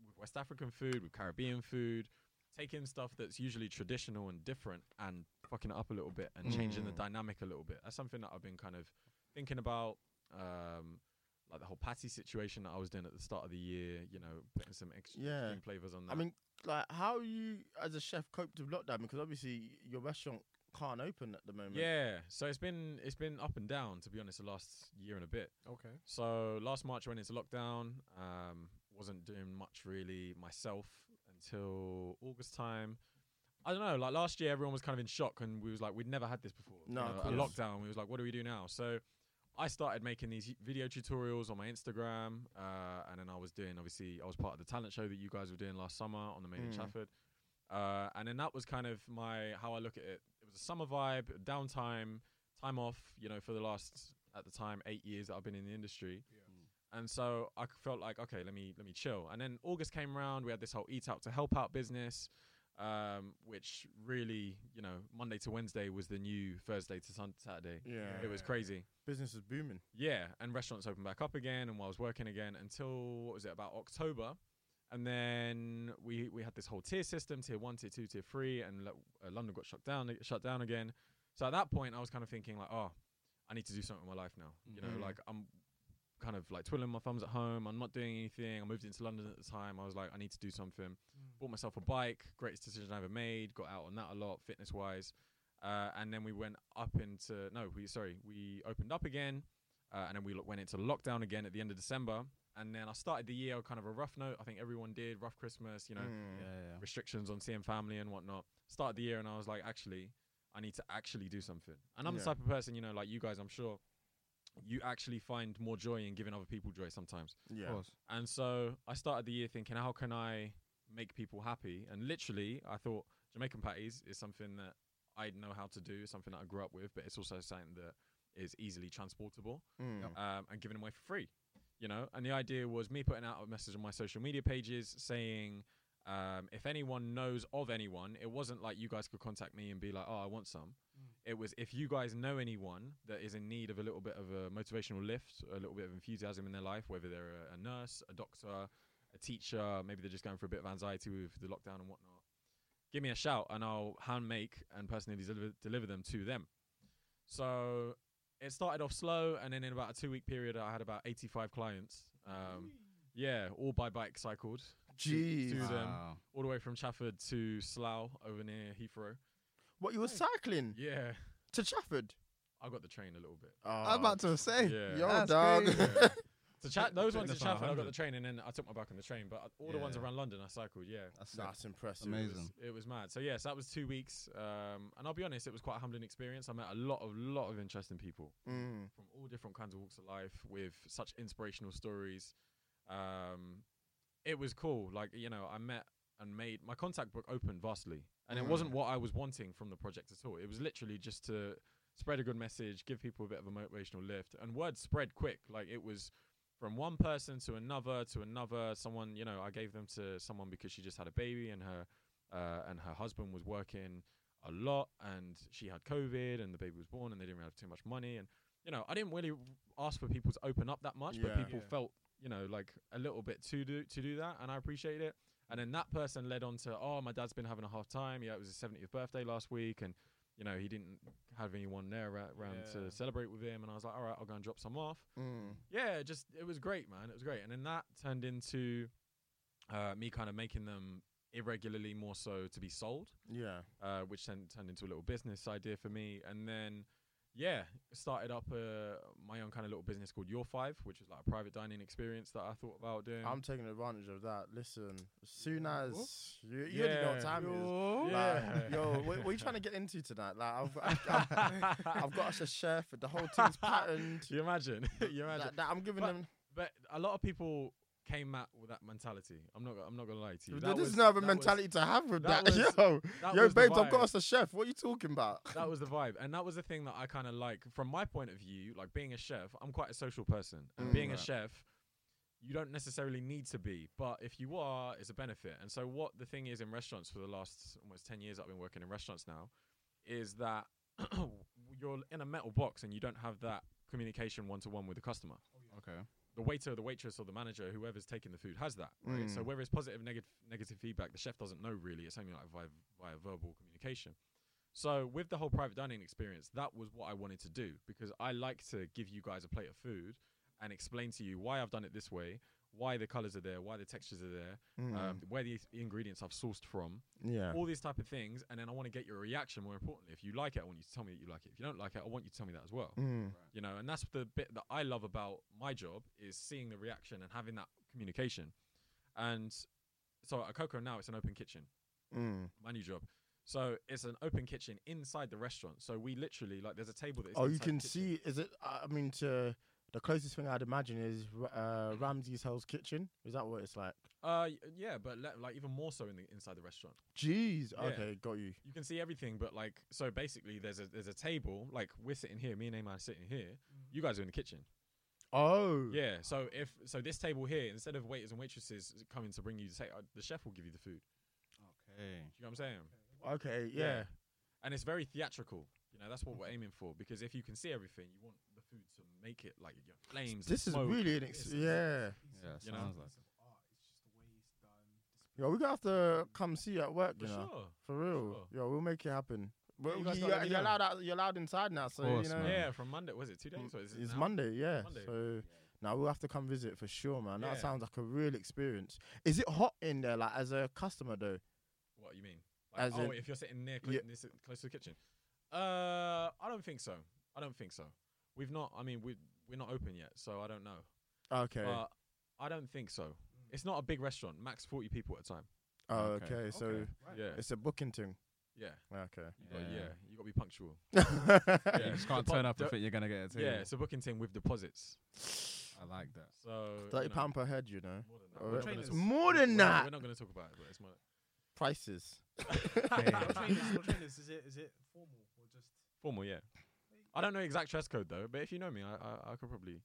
with West African food, with Caribbean food, taking stuff that's usually traditional and different and fucking it up a little bit and changing the
Mm.
dynamic a little bit. That's something that I've been kind of thinking about. Um, like the whole patty situation that I was doing at the start of the year, you know, putting some extra
Yeah.
flavors on that.
I mean, like, how you as a chef coped with lockdown? Because obviously your restaurant can't open at the moment.
yeah. So it's been it's been up and down to be honest the last year and a bit.
Okay.
So last March I went into lockdown. Um, wasn't doing much really myself until August time. I don't know. Like last year, everyone was kind of in shock, and we was like, we'd never had this before.
No,
you
of
know, a
course.
lockdown. We was like, what do we do now? So I started making these y- video tutorials on my Instagram, uh, and then I was doing obviously I was part of the talent show that you guys were doing last summer on the Main in
Mm.
Chafford, uh, and then that was kind of my how I look at it. It was a summer vibe, downtime, time off. You know, for the last at the time eight years that I've been in the industry. And so I c- felt like, okay, let me let me chill. And then August came round. We had this whole eat out to help out business, um, which really, you know, Monday to Wednesday was the new Thursday to Sun Saturday.
Yeah.
It was
Yeah.
crazy.
Business is booming.
Yeah, and restaurants opened back up again, and I was working again until what was it about October, and then we we had this whole tier system, tier one, tier two, tier three, and lo- uh, London got shut down, shut down again. So at that point, I was kind of thinking like, oh, I need to do something with my life now. You know,
Mhm.
like I'm kind of like twiddling my thumbs at home. I'm not doing anything. I moved into London at the time. I was like, I need to do something. Bought myself a bike. Greatest decision I ever made. Got out on that a lot, fitness wise. Uh, and then we went up into no, we sorry, we opened up again, uh, and then we lo- went into lockdown again at the end of December. And then I started the year on kind of a rough note. I think everyone did rough Christmas, you know,
Mm.
restrictions on seeing family and whatnot. Started the year and I was like, actually, I need to actually do something. And I'm the
Yeah.
type of person, you know, like you guys, I'm sure, you actually find more joy in giving other people joy sometimes.
Yeah.
And so I started the year thinking, how can I make people happy? And literally, I thought Jamaican patties is something that I know how to do, something that I grew up with, but it's also something that is easily transportable
Mm.
um, and giving them away for free. You know, and the idea was me putting out a message on my social media pages saying, um, if anyone knows of anyone, it wasn't like you guys could contact me and be like, oh, I want some.
Mm.
It was if you guys know anyone that is in need of a little bit of a motivational lift, a little bit of enthusiasm in their life, whether they're a, a nurse, a doctor, a teacher, maybe they're just going through a bit of anxiety with the lockdown and whatnot, give me a shout and I'll hand make and personally deliver, deliver them to them. So it started off slow, and then in about a two week period, I had about 85 clients. Um, yeah, all by bike cycled
Jeez.
Dude. all the way from Chafford to Slough over near Heathrow.
What you were cycling
Yeah,
to Chafford?
I got the train a little bit.
Oh,
I was about to say.
Yeah.
Yo,
That's
dog.
crazy.
Yeah. So cha- those
Doing
ones
the
in Chafford, I got the
500.
train, and then I took my bike on the train. But all the ones
Yeah.
around London, I cycled. Yeah,
That's it.
That's impressive.
it was,
amazing.
it was mad. So yes, that was two weeks, um, and I'll be honest, it was quite a humbling experience. I met a lot of lot of interesting people.
Mm.
from all different kinds of walks of life with such inspirational stories. Um, it was cool. Like you know, I met and made my contact book open vastly, and it wasn't what I was wanting from the project at all. It was literally just to spread a good message, give people a bit of a motivational lift, and word spread quick. Like it was from one person to another to another. Someone, you know, I gave them to someone because she just had a baby and her uh, and her husband was working a lot and she had COVID and the baby was born and they didn't really have too much money and you know I didn't really ask for people to open up that much, but
Yeah.
people
Yeah.
felt you know like a little bit to do to do that and I appreciate it. And then that person led on to oh my dad's been having a hard time. Yeah, it was his 70th birthday last week and you know he didn't have anyone there ra- around
Yeah.
to celebrate with him and I was like all right I'll go and drop some off
Mm.
yeah, just it was great, man. It was great, and then that turned into uh, me kind of making them irregularly, more so to be sold,
Yeah.
uh, which then turned into a little business idea for me. And then, yeah, started up uh, my own kind of little business called Your Five, which is like a private dining experience that I thought about doing.
I'm taking advantage of that. Listen, as soon
Yeah.
as you, you already know what
Yeah.
time it is.
Yo.
Like,
Yeah.
yo, what, what are you trying to get into tonight? Like, I've, I've, I've, I've got us a chef. The whole team's patterned.
you imagine? you imagine?
That, that I'm giving
But
them.
But a lot of people came at with that mentality. I'm not. I'm not gonna lie to you.
There's
That was-
no other
that was-
mentality to have with that.
that was-
yo,
that
yo,
was the
babes, I've got
vibe.
us a chef. What are you talking about?
that was the vibe and that was the thing that i kind of like from my point of view like being a chef i'm quite a social person and
Mm.
being a
Right.
chef you don't necessarily need to be but if you are it's a benefit and so what the thing is in restaurants for the last almost 10 years i've been working in restaurants now is that you're in a metal box and you don't have that communication one-to-one with the customer
Okay.
the waiter, the waitress, or the manager, whoever's taking the food, has that. Right? So
Mm.
whether it's positive, negative, negative feedback, the chef doesn't know really. It's only like via, via verbal communication. So with the whole private dining experience, that was what I wanted to do because I like to give you guys a plate of food and explain to you why I've done it this way, why the colors are there, why the textures are there, um, where the ingredients I've sourced from,
Mm, yeah.
all these type of things, and then I want to get your reaction. More importantly, if you like it, I want you to tell me that you like it. If you don't like it, I want you to tell me that as well
Mm,
you know and that's the bit that i love about my job is seeing the reaction and having that communication and so at coco now it's an open kitchen
mm.
my new job so it's an open kitchen inside the restaurant so we literally like there's a table that's
Oh, you
inside the
can
kitchen.
see. Is it? I mean, to the closest thing I'd imagine is uh, Ramsey's Hell's Kitchen. Is that what it's like?
uh y- yeah but le- like even more so in the inside the restaurant
Jeez.
Yeah.
Okay, got you.
you can see everything but like so basically there's a there's a table like we're sitting here me and Amar are sitting here you guys are in the kitchen
Oh.
yeah so if so this table here instead of waiters and waitresses coming to bring you the, ta- the chef will give you the food
Okay.
you know what i'm saying
Okay. Yeah.
And it's very theatrical. You know, that's what we're aiming for because if you can see everything, you want the food to make it like your flames. and
This is
smoke.
really an ex-
It's-
Mm-hmm. Oh.
yeah.
Yeah,
You know?
sounds like
It's art, it's just the way it's done.
Yo, we're gonna have to come see you at work,
For
you know.
sure.
For real.
sure.
Yo, we'll make it happen. Well,
you
you
guys gotta let me
are
know.
allowed out, you're allowed inside now, so
course,
you know
man.
Yeah, from Monday was it two days?
Mm,
Or is it
it's
now?
Monday, yeah.
Monday.
So now we'll have to come visit for sure, man. That
Yeah.
sounds like a real experience. Is it hot in there, like as a customer though?
What you mean? Like,
As
oh,
in-
if you're sitting near cl-
Yeah.
this, close to the kitchen. Uh, I don't think so. I don't think so. We've not. I mean, we we're not open yet, so I don't know.
Okay.
But I don't think so. It's not a big restaurant. Max forty people at a time.
oh, okay.
okay.
So
Right.
Yeah,
it's a booking thing.
yeah,
Okay.
you gotta-
Yeah.
yeah. You got to be punctual.
You
Yeah.
just can't
But
turn up and
the-
think you're gonna get a table.
Yeah, it's a booking team with deposits.
I like that.
So you
Thirty
know.
pound per head, you know.
More than
Or
We're
it-
not gonna
Trainers.
talk-
More
we're-
than
we're
that.
not- We're not going to talk about it, but it's more
Prices.
What
Yeah.
trainers, what trainers? Is it is it formal or just?
formal. Yeah, I don't know exact dress code though, but if you know me, I I, I could probably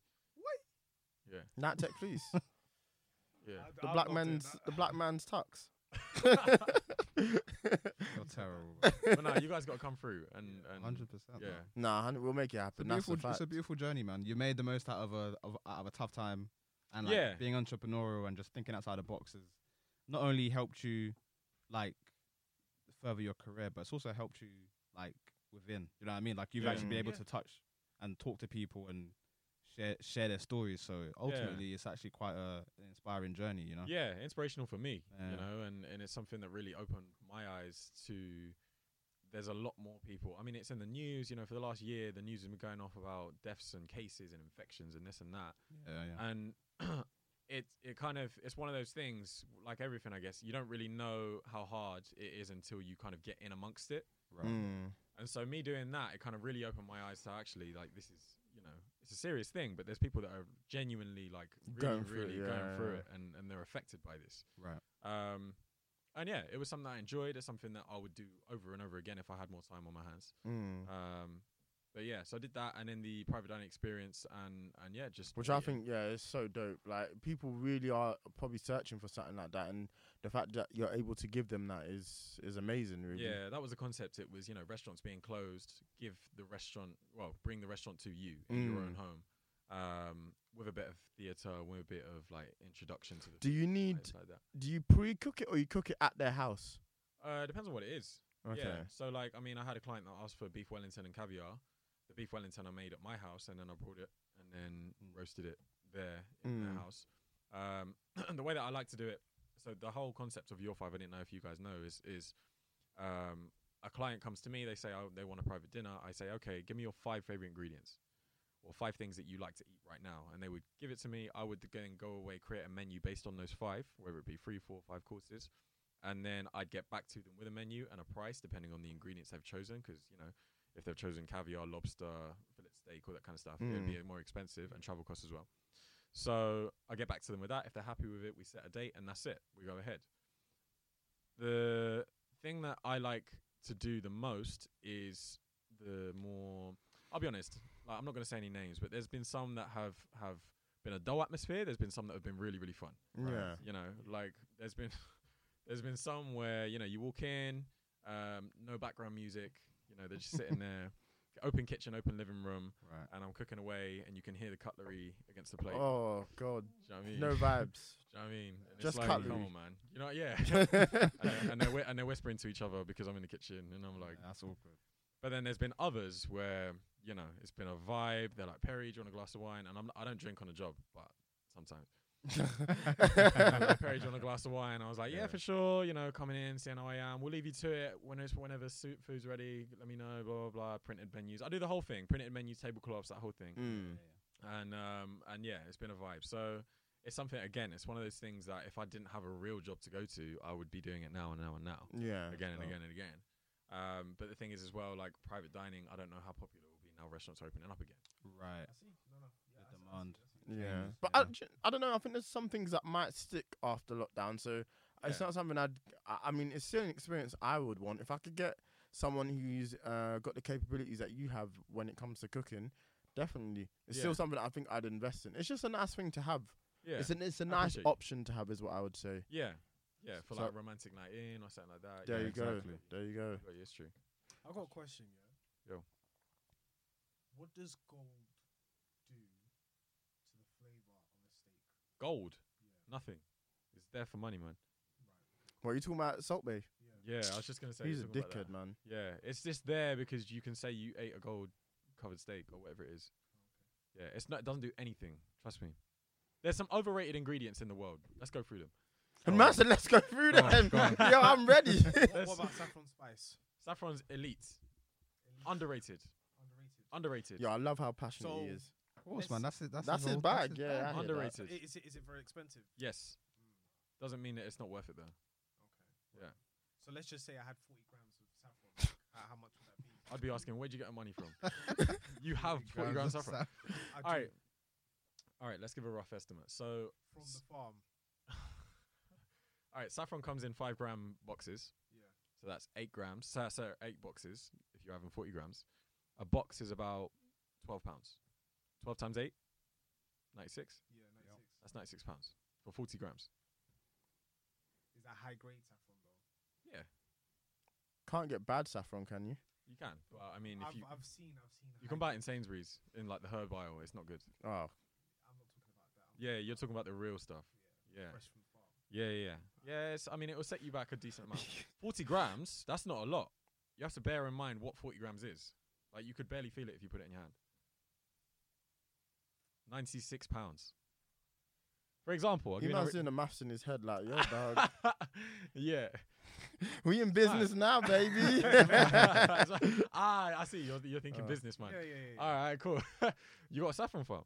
Nat Tech please.
yeah.
I'd-
The
I'm
black
not doing
man's
that.
the black man's tux.
You're terrible.
but no, you guys got to come through and and
Hundred percent.
yeah.
Nah, hun- we'll make it
It's a
happen.
beautiful.
That's a
it's a
fact.
beautiful journey, man. You made the most out of a of, out of a tough time, and like
Yeah.
being entrepreneurial and just thinking outside the box has not only helped you like further your career, but it's also helped you like within. You know what I mean? Like you've
Yeah.
actually been able
Yeah.
to touch and talk to people and share share their stories. So ultimately, it's actually quite a an inspiring journey. You know?
Yeah, inspirational for me,
Yeah.
you know, and and it's something that really opened my eyes to. There's a lot more people. I mean, it's in the news, you know. For the last year, the news has been going off about deaths and cases and infections and this and that.
Yeah. yeah.
and it it kind of it's one of those things like everything I guess you don't really know how hard it is until you kind of get in amongst it
right.
Mm.
and so me doing that it kind of really opened my eyes to actually like this is you know it's a serious thing but there's people that are genuinely like really
Going through it,
really
yeah,
going through
yeah.
it and and they're affected by this
Right.
um and yeah it was something I enjoyed it's something that I would do over and over again if I had more time on my hands
Mm.
um but yeah so I did that and then the private dining experience and and yeah just
Which I
creating-
think, yeah, it's so dope. Like people really are probably searching for something like that, and the fact that you're able to give them that is is amazing, really.
Yeah, that was the concept. It was you know restaurants being closed, give the restaurant well, bring the restaurant to you in your
Mm.
own home, um, with a bit of theatre, with a bit of like introduction to the
Do you need?
place like that.
Do you pre-cook it or you cook it at their house?
Uh, depends on what it is.
Okay.
Yeah. So like, I mean, I had a client that asked for beef Wellington and caviar. The beef Wellington I made at my house, and then I brought it and then roasted it there in
Mm.
their house. Um, the way that I like to do it so the whole concept of your five, I didn't know if you guys know, is is um, a client comes to me, they say oh, they want a private dinner. I say, okay, give me your five favorite ingredients or five things that you like to eat right now, and they would give it to me. I would then go away, create a menu based on those five, whether it be three, four, five courses, and then I'd get back to them with a menu and a price depending on the ingredients they've chosen, because you know. If they've chosen caviar, lobster, fillet steak, all that kind of stuff, it would
Mm.
be more expensive and travel costs as well. So I get back to them with that. If they're happy with it, we set a date and that's it. We go ahead. The thing that I like to do the most is the more I'll be honest, like I'm not gonna say any names, but there's been some that have have been a dull atmosphere, there's been some that have been really, really fun.
Yeah.
You know, like there's been there's been some where, you know, you walk in, um, no background music, you know, they're just sitting there, open kitchen, open living room,
Right.
and I'm cooking away and you can hear the cutlery against the plate.
Oh god,
Do you know what I mean?
no vibes.
Do you know what I mean? And
Just
it's like,
cutlery.
Come on, man. You know, yeah. and, they're- and,
yeah,
they're, whi- and they're whispering to each other because I'm in the kitchen, and I'm like.
that's awkward.
But then there's been others where you know it's been a vibe. They're like, Perry, do you want a glass of wine? And I'm I don't drink on the job, but sometimes. And they're like, Perry, do you want a glass of wine? I was like, yeah,
Yeah.
for sure. You know, coming in, seeing how I am. We'll leave you to it when it's whenever soup food's ready. Let me know. Blah blah. blah. Printed menus. I do the whole thing. Printed menus, tablecloths, that whole thing
Mm.
and um and yeah it's been a vibe so it's something again it's one of those things that if i didn't have a real job to go to i would be doing it now and now and now
yeah. Oh.
again and
well.
again and again um but the thing is as well like private dining i don't know how popular it will be now restaurants are opening up again
Right.
I see. No, no. Yeah, I see, I see,
demand.
I see.
Yeah,
Things,
but
yeah.
I,
Mm.
d- I don't know. I think there's some things that might stick after lockdown, so uh, it's
Yeah.
not something I'd. I- I mean, it's still an experience I would want. If I could get someone who's uh, got the capabilities that you have when it comes to cooking, definitely, it's
Yeah.
still something I think I'd invest in. It's just a nice thing to have.
yeah
It's an it's a
I
nice
appreciate you.
option to have, is what I would say.
yeah yeah for
So-
like romantic night in or something like that
There
yeah,
you go.
exactly.
There you go.
Got you, it's true
I got a question, yeah.
Yo.
What does gold do to the flavor of a steak?
gold
Yeah.
nothing it's there for money man
What are you talking about, Salt Bay?
Right.
yeah i was just gonna say
He's a
something about that.
dickhead, man.
Yeah, it's just there because you can say you ate a gold covered steak or whatever it is. Yeah, it's not. It doesn't do anything. Trust me. There's some overrated ingredients in the world. Let's go through them.
And Master, let's go through
Go on,
them.
go on.
Yo, I'm ready.
What,
Let's-
what about saffron spice?
Saffron's elite,
Elite,
underrated,
underrated.
underrated.
Yo, I love how passionate he
So-
is.
Of course, man. That's it. That's,
That's his
whole-
bag, yeah, I hear that.
So
underrated.
i- is it is it very expensive?
Yes. Doesn't mean that it's not worth it though.
Okay.
Yeah.
So let's just say I had 40 grams of saffron. like, uh, how much would that be?
I'd be asking, where'd you get the money from? you have 40 grams of saffron.
I'd
All
do
right. All right. Let's give a rough estimate. So,
From the farm.
all right, saffron comes in five gram boxes.
Yeah.
So that's eight grams. So, so eight boxes. If you're having forty grams, a box is about twelve pounds. Twelve times eight, ninety-six.
Yeah, 96.
That's ninety-six pounds for forty grams.
Is that high grade saffron though?
Yeah,
Can't get bad saffron, can you?
you can. But I mean, if
I've,
you
I've seen, I've seen.
you can buy it in Sainsbury's in like the herb aisle, it's not good.
Oh,
I'm not talking about that. I'm
Yeah, you're talking about the real stuff. Yeah,
fresh from the farm.
yeah, yeah. yeah. Yes, I mean it will set you back a decent amount. forty grams. That's not a lot. You have to bear in mind what forty grams is. Like you could barely feel it if you put it in your hand. Ninety-six pounds. For example, I'll
he
give you another-
must doing the maths in his head, like, yo, dog,
yeah.
we in business now, baby.
It's like, ah, I see. You're, you're thinking
Uh,
business, man.
Yeah, yeah, yeah.
All right, cool. you got a saffron farm.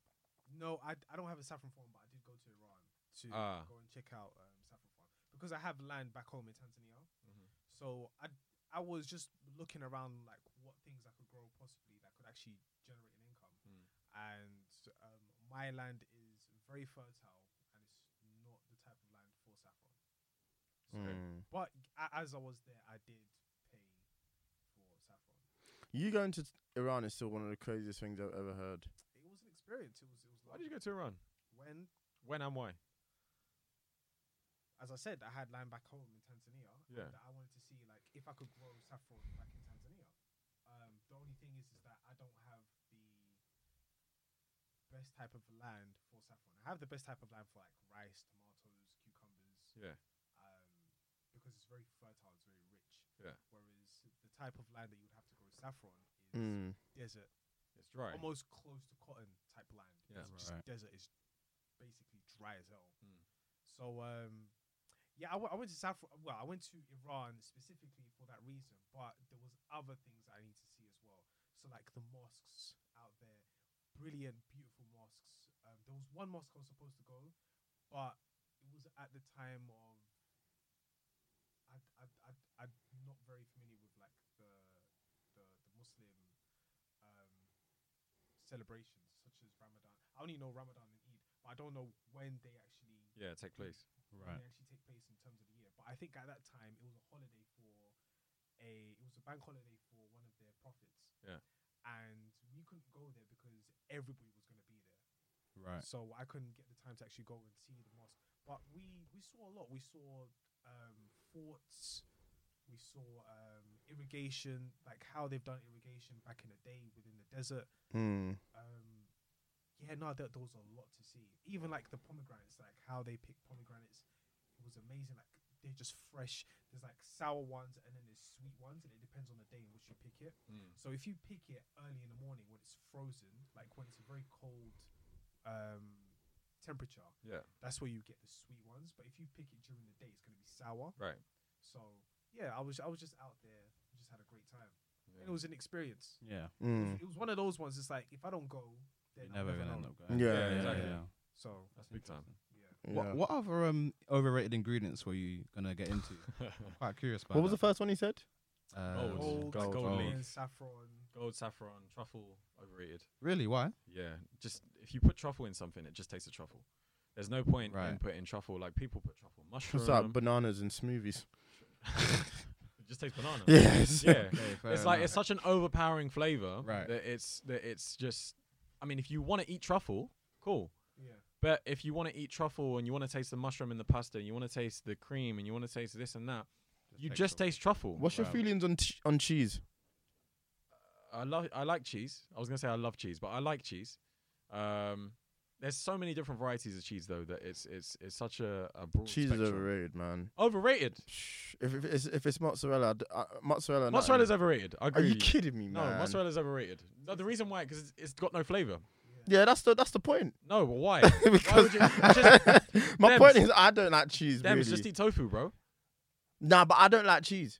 No, I, d- I don't have a saffron farm, but I did go to Iran to
Ah.
go and check out um, saffron farm because I have land back home in Tanzania. So I d- I was just looking around like what things I could grow possibly that could actually generate an income,
Mm.
and um, my land is very fertile and it's not the type of land for saffron.
Mm.
But a- as I was there, I did pay for saffron.
You going to Iran is still one of the craziest things I've ever heard.
It was an experience. It was it was
Why did you go
lovely.
to Iran?
when
When and why?
as I said, I had land back home in Tanzania.
Yeah.
And I wanted to see like if I could grow saffron back in Tanzania. Um, the only thing is, is that I don't have the best type of land for saffron. I have the best type of land for like rice, tomatoes, cucumbers.
Yeah.
Um, because it's very fertile, it's very rich.
Yeah.
Whereas the type of land that you would have to grow saffron is
Mm.
desert,
It's dry.
almost close to cotton type land.
Yeah. Hmm.
It's just
Right.
desert is basically dry as hell.
Mm.
So um, Yeah, I went- I went to South. Well, I went to Iran specifically for that reason, but there was other things I need to see as well. So like the mosques out there, brilliant, beautiful mosques. Um, there was one mosque I was supposed to go, but it was at the time of. I I I I'm not very familiar with like the the, the Muslim um, celebrations such as Ramadan. I only know Ramadan and Eid, but I don't know when they actually
Yeah, take place.
Right.
when they actually take place in terms of the year. But I think at that time it was a holiday for a it was a bank holiday for one of their prophets.
Yeah.
And we couldn't go there because everybody was going to be there.
Right.
So I couldn't get the time to actually go and see the mosque. But we we saw a lot. We saw um, forts. We saw um, irrigation, like how they've done irrigation back in the day within the desert.
Mm.
Um, yeah, no, there, there was a lot to see. Even like the pomegranates, like how they pick pomegranates, it was amazing. Like they're just fresh. There's like sour ones and then there's sweet ones, and it depends on the day in which you pick it.
Mm.
So if you pick it early in the morning when it's frozen, like when it's a very cold um, temperature,
Yeah.
that's where you get the sweet ones. But if you pick it during the day, it's gonna be sour.
Right.
So yeah, I was I was just out there, just had a great time. And
Yeah.
it was an experience.
Yeah.
It
Hmm. Mm.
was- It was one of those ones. It's like if I don't go, then
You're
I'll
never gonna
know.
end up going.
Yeah,
Yeah, yeah, exactly.
yeah.
So
That's big time.
yeah,
What, what other um overrated ingredients were you gonna get into? I'm quite curious about.
What was the
that.
first one he said?
Uh,
Gold.
Gold.
Gold
Gold.
leaf.
saffron.
Gold, saffron, truffle, overrated.
Really? Why?
Yeah, just if you put truffle in something, it just tastes of truffle. There's no point in
Right.
putting truffle like people put truffle in mushroom.
What's that? Bananas and smoothies.
it just tastes banana.
Yes.
Yeah.
Okay, fair
it's like
enough.
it's such an overpowering flavor
Right.
that it's that it's just. I mean, if you want to eat truffle, cool.
Yeah,
But if you want to eat truffle and you want to taste the mushroom and the pasta, and you want to taste the cream and you want to taste this and that, you
take
just
some.
taste truffle.
What's your
Wow.
feelings on t- on cheese?
I love I like cheese. I was gonna say I love cheese, but I like cheese. Um, there's so many different varieties of cheese though that it's it's it's such a, a broad
Cheese
spectrum.
is overrated, man.
Overrated.
Shh. If if it's, if it's mozzarella, I'd- uh, mozzarella. and that-
Mozzarella's overrated. I
Are
agree.
you
with you.
kidding me,
No,
man?
mozzarella's overrated. No, the reason why because it's, it's got no flavor.
yeah.
Yeah, that's the that's the point.
No, but why? why
because
would you just,
my
Dems.
point is, I don't like cheese.
damn,
really.
just eat tofu, bro.
nah, but I don't like cheese.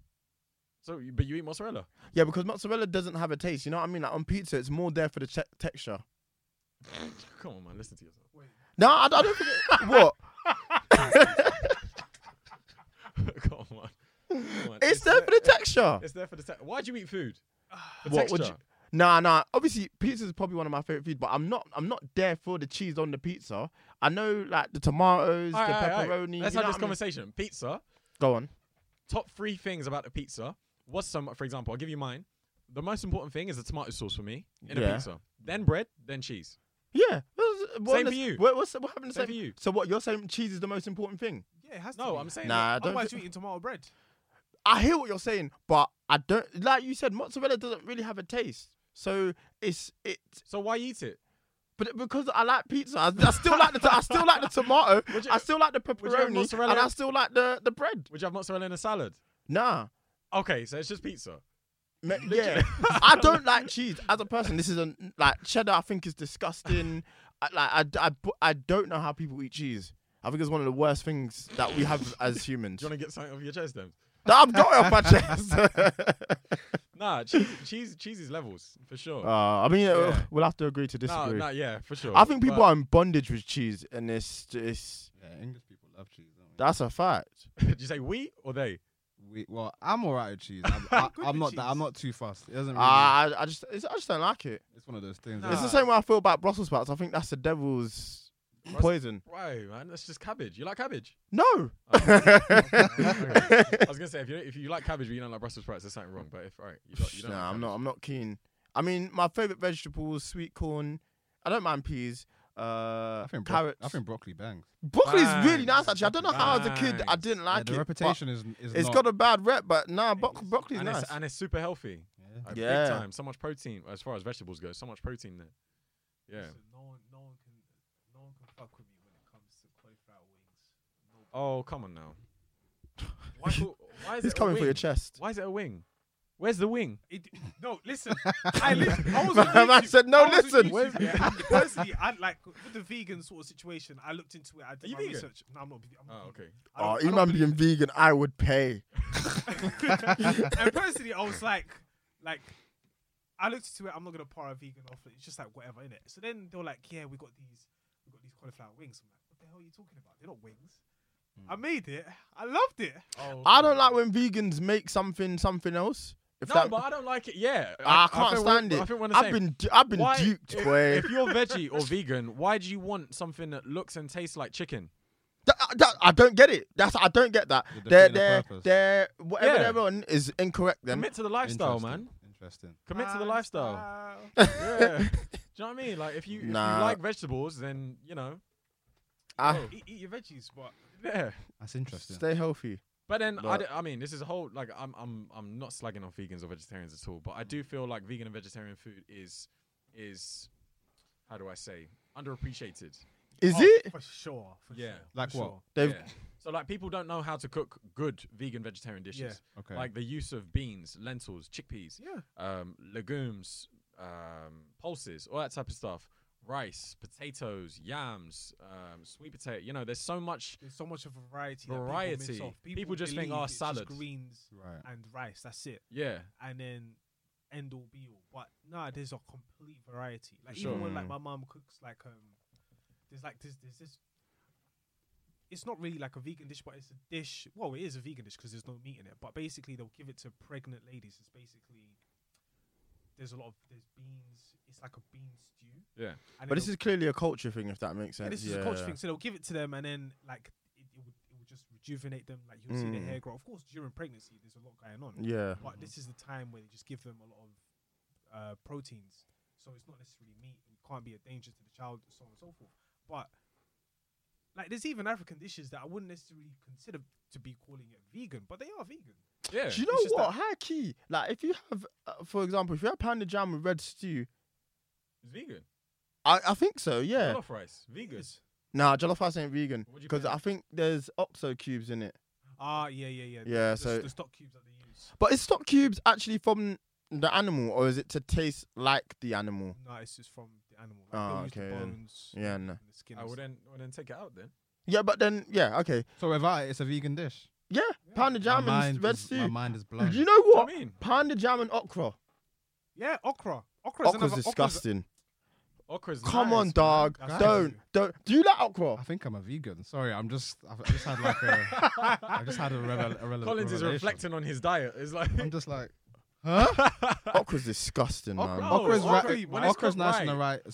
So, you- but you eat mozzarella.
Yeah, because mozzarella doesn't have a taste. You know what I mean? Like on pizza, it's more there for the che- texture.
Come on, man, listen to yourself.
Wait,
No, I, I don't. think it- what?
Come on, Come on.
It's there for the texture.
It's there for the. Te- Why'd you eat food? For
What would
texture.
Nah, nah. Obviously, pizza is probably one of my favorite foods, but I'm not. I'm not there for the cheese on the pizza. I know, like the tomatoes,
All
the
right, all right, all right.
pepperoni.
Let's
you
have
know
this
what I mean?
conversation. Pizza.
Go on.
top three things about a pizza. What's some, for example, I'll give you mine. The most important thing is the tomato sauce for me in a
Yeah.
pizza. Then bread, then cheese.
Yeah. that's- we're
Same
on
for you.
We're, we're, s- we're having the
Same
same.
for you.
So what? You're saying cheese is the most important thing?
yeah, it has to.
No,
be.
I'm saying
Nah, I don't.
Otherwise,
thi-
you're eating tomorrow bread.
I hear what you're saying, but I don't. Like you said, mozzarella doesn't really have a taste. So it's it,
So why eat it?
but it- because I like pizza, I, I still like the t- I still like the tomato,
Would you-
I still like the
you have
pepperoni,
mozzarella-
and I still like the the bread.
Would you have mozzarella in a salad?
Nah,
Okay, so it's just pizza.
Me- yeah, I don't like cheese as a person. This is a like cheddar. I think is disgusting. I, like I, d- I bu- I don't know how people eat cheese. I think it's one of the worst things that we have as humans.
Do you want to get something off your chest then?
No, I'm going off my chest. uh,
Nah, cheese, cheese, cheese is levels for sure.
I mean, uh
Yeah.
we'll have to agree to
no,
disagree.
no, yeah, for sure.
I think people
But
are in bondage with cheese, and it's it's
Yeah, English people love cheese. Don't
that's a fact.
Did you say we or they?
we? we well, I'm alright with cheese. I'm, I,
good
I'm not.
with
That, I'm
cheese.
not too fast. It
Mm.
Uh,
doesn't really.
I, I just it's, I just don't like it.
it's one of those things.
Nah.
It's the
that-
same way I feel about Brussels sprouts. I think that's the devil's
Brussels-
poison.
Right, man, that's just cabbage. You like cabbage?
No,
Oh, okay, okay. I was gonna say if you if you like cabbage but you don't like Brussels sprouts, there's something wrong. But if all right, you don't. You don't
nah,
like
I'm
cabbage.
not. I'm not keen. I mean, my favorite vegetables: sweet corn. I don't mind peas. Uh,
I think bro-
carrots.
I think broccoli bangs.
broccoli is really nice.
Bangs.
Actually, I don't know how as a kid I
Bangs.
didn't
Yeah,
like
the
it. but
reputation is is
It's
not.
got a bad rep, but nah, bro-
It is.
broccoli's
and
nice.
It's, and it's super healthy.
Yeah.
Like,
Yeah.
Big time. So much protein as far as vegetables go. So much protein there. Yeah.
Listen, no one, no one can, no one can fuck with me when it comes to cauliflower wings. No,
Oh, come on Oh, now. Why, why is
He's
it a
coming for your
wing?
chest.
Why is it a wing? Where's the wing?
It, no, listen. I, listen, I was on
Man, I
YouTube-
said, no,
I was on
listen.
YouTube, yeah. Personally, I like with the vegan sort of situation. I looked into it. I did
you
my
vegan?
research. No, I'm not. vegan, I'm not
Oh, okay.
Oh,
vegan.
he
I don't-
man being vegan, I would pay.
I don't believe- and personally, I was like, like, I looked into it. I'm not gonna par a vegan offer. It's just like whatever in it. So then they were like, yeah, we got these, we got these cauliflower wings. I'm like, what the hell are you talking about? They're not wings.
Hmm.
I made it. I loved it.
Oh,
I don't like when vegans make something something else. If
No,
that,
but I don't like it. Yeah,
I, can't
feel we're-
stand it.
I think we're the
I've
same.
been du- I've been
Why-
duped,
if-
boy.
If you're veggie or vegan, why do you want something that looks and tastes like chicken?
That- that- uh, I don't get it. That's I don't get that.
You're
They're
defeating the
they're
purpose.
they're whatever
Yeah.
they're on is incorrect. Then
Commit to the lifestyle,
Interesting,
man.
Interesting.
Commit to the
Lifestyle.
lifestyle.
uh,
yeah. Do you know what I mean? Like if you, if you
Nah.
like vegetables, then you know.
I
Oh.
eat, eat your veggies, but
Yeah.
That's interesting.
Ah, stay healthy.
But then I
But-
d I I, mean, this is a whole like I'm I'm I'm not slagging on vegans or vegetarians at all, but I do feel like vegan and vegetarian food is is how do I say underappreciated.
Is
Oh,
it?
for sure? For
Yeah.
sure,
Like
for
what?
sure.
They've
Yeah. So like people don't know how to cook good vegan vegetarian dishes,
Okay.
like the use of beans, lentils, chickpeas,
Yeah.
um, legumes, um, pulses, all that type of stuff. Rice, potatoes, yams, um, sweet potato. You know, there's so much.
There's so much of a variety. That people,
Variety.
miss off.
People just think,
believe
"Oh,
it's just
salad."
greens
right.
and rice. That's it.
Yeah,
And then end all be all. But nah, there's a complete variety. Like
Sure.
even when like
Mm.
my mom cooks like um, there's like this there's this. It's not really like a vegan dish, but it's a dish. Well, it is a vegan dish because there's no meat in it. But basically, they'll give it to pregnant ladies. It's basically there's a lot of there's beans. It's like a bean stew.
Yeah.
but
And then
this is clearly a culture thing, if that makes sense.
yeah, this is
yeah,
a culture
yeah.
thing. So they'll give it to them, and then like it, it would it would just rejuvenate them. Like you'll see
Mm.
their hair grow. Of course, during pregnancy, there's a lot going on.
Yeah.
But this is the time where they just give them a lot of uh, proteins, so it's not necessarily meat. It can't be a danger to the child, so on and so forth. But like, there's even African dishes that I wouldn't necessarily consider to be calling it vegan, but they are vegan.
yeah.
Do you know
It's just
what?
that-
High key. Like if you have, uh, for example, if you have pounded jam with red stew,
It's vegan.
I, I think so. Yeah.
Jollof rice, vegan.
It's-
Nah, jollof rice ain't vegan
What do you
because
put in
I think there's oxo cubes in it.
Ah, yeah, yeah, yeah. The-
Yeah,
the,
so-
the stock cubes that they use.
But is stock cubes actually from the animal or is it to taste like the animal?
No, it's just from the animal. Like,
Ah,
they'll use the
okay, then.
bones.
Yeah, no.
and the skin.
I
and stuff.
wouldn't wouldn't take it out then.
Yeah, but then yeah, okay.
So without it, it's a vegan dish.
Yeah, pounded jam
my
and
mind
red
is,
stew.
My mind is blown.
You know
Do you know
what?
what I mean?
Pounded jam and okra.
Yeah, okra. Okra is
Okra's
another,
disgusting.
Okra's
Come
nice,
on,
man.
dog.
That's
Don't,
disgusting.
don't. Do you like okra?
I think I'm a vegan. Sorry, I'm just. I've I just had like a. I've just had a, rele- a rele-
Collins is
revelation.
reflecting on his diet. It's like
I'm just like, huh?
Okra's disgusting, man.
No,
Okra's right.
okra- when it's
Okra's
cooked
nice in the
right.
right
There-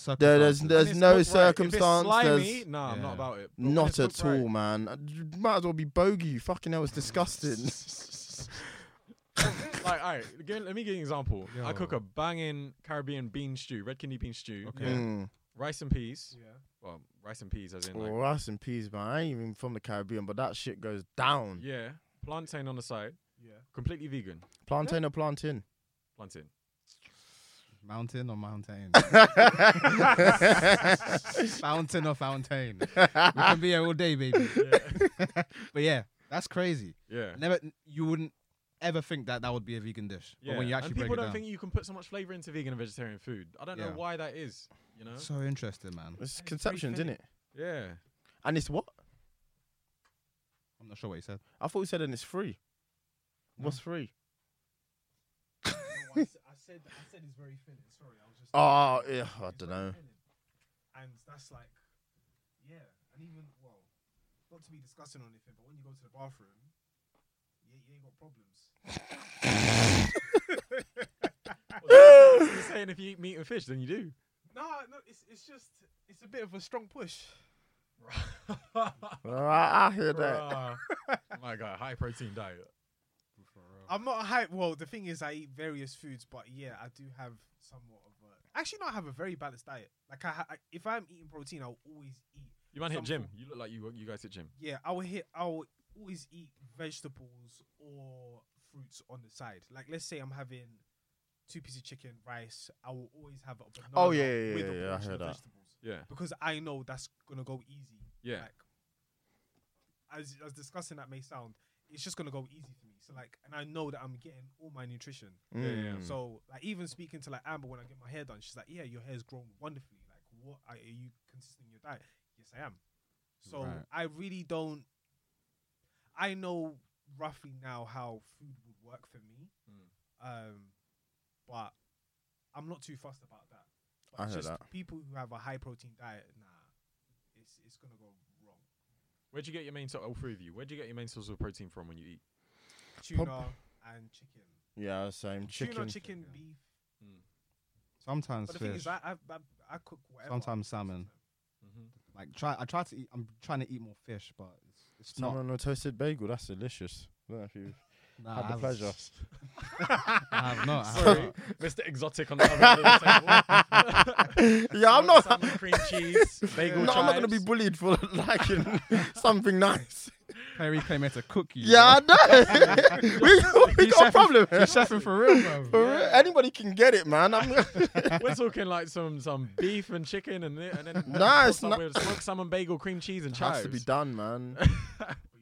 circumstances.
there's there's
It's
no
cooked right. If it's
circumstance.
slimy,
there's
no, I'm
Yeah.
not about it. But when
not
it's cooked
at all,
right-
man. You might as well be bogey. You fucking hell, it's disgusting.
like, all right, give, let me give you an example. I cook
Yo.
a banging Caribbean bean stew, red kidney bean stew,
Okay.
yeah,
Mm.
rice and peas.
Yeah.
Well, rice and peas, as in
Well,
like,
rice and peas, man. I ain't even from the Caribbean, but that shit goes down.
yeah, plantain on the side,
Yeah.
completely vegan
Plantain or plantain?
plantain.
Mountain or mountain? Fountain or fountain? We can be here all day, baby.
Yeah,
But yeah, that's crazy.
yeah.
Never, you wouldn't ever think that that would be a vegan dish.
yeah.
But when you actually
and
break
people
it
don't
down,
think you can put so much flavor into vegan and vegetarian food. I don't
Yeah.
know why that is. You know?
so interesting, man.
It's conceptions, isn't it?
Yeah.
And it's what?
I'm not sure what you said.
I thought you said, and it's free. What's free?
No, I, s- I said I said it's very thin. Sorry, I was just.
Oh, yeah, I
It's
don't
very
know.
thin. And that's like, yeah, and even well, not to be discussing or anything, but when you go to the bathroom, you, you ain't got problems.
You're saying if you eat meat and fish, then you do.
Nah, no, it's it's just it's a bit of a strong push.
Well, I, I hear that.
Bruh. Oh My God, high protein diet.
I'm not hype. Well, the thing is, I eat various foods, but yeah, I do have somewhat of. A, actually, no, I have a very balanced diet. Like I, ha- I if I'm eating protein, I'll always eat
You man hit
Some
gym.
form.
You look like you you guys hit gym.
Yeah, I will hit. I will always eat vegetables or fruits on the side. Like, let's say I'm having two pieces of chicken, rice. I will always have a banana.
Oh, yeah, yeah,
with a
yeah, yeah, I
portion
heard
of
that.
Vegetables
Yeah,
because I know that's gonna go easy.
yeah,
Like, as as discussing that may sound, it's just gonna go easy for me. So like, and I know that I'm getting all my nutrition.
yeah,
Mm.
So like, even speaking to like Amber when I get my hair done, she's like, "Yeah, your hair's grown wonderfully. Like, what are, are you consistent in your diet?" Yes, I am. So
Right.
I really don't. I know roughly now how food would work for me,
Mm.
um, but I'm not too fussed about that. But
I
it's
hear
just
that.
people who have a high protein diet, nah, it's it's gonna go wrong.
Where'd you get your main source? All three of you. Where'd you get your main source of protein from when you eat?
Tuna
Prob-
and chicken.
yeah, same
Tuna,
chicken.
chicken,
Yeah.
beef.
Sometimes
But the
fish.
thing is, I I, I, I cook whatever.
Sometimes salmon.
Mm-hmm.
like try. I try to eat. I'm trying to eat more fish, but it's, it's not.
Salmon on a toasted bagel. That's delicious. I don't know if you've
Nah, I
had the
haven't-
pleasure.
I have not. I have
Sorry,
not.
Mr. Exotic on the other end of the table.
yeah, I'm not.
Salmon, cream cheese, bagel.
no, I'm not gonna be
chives.
bullied for liking something nice.
Perry came here to cook you.
Yeah, I know. we we
He's
got a
chefing-
problem.
bro.
here.
You're chefing for real, bro.
For real, Anybody can get it, man. I'm
We're talking like some some beef and chicken and thi- and then
Nah,
or
it's
some
not-
weird smoked salmon bagel, cream cheese and
it
chives.
has to be done, man.
But you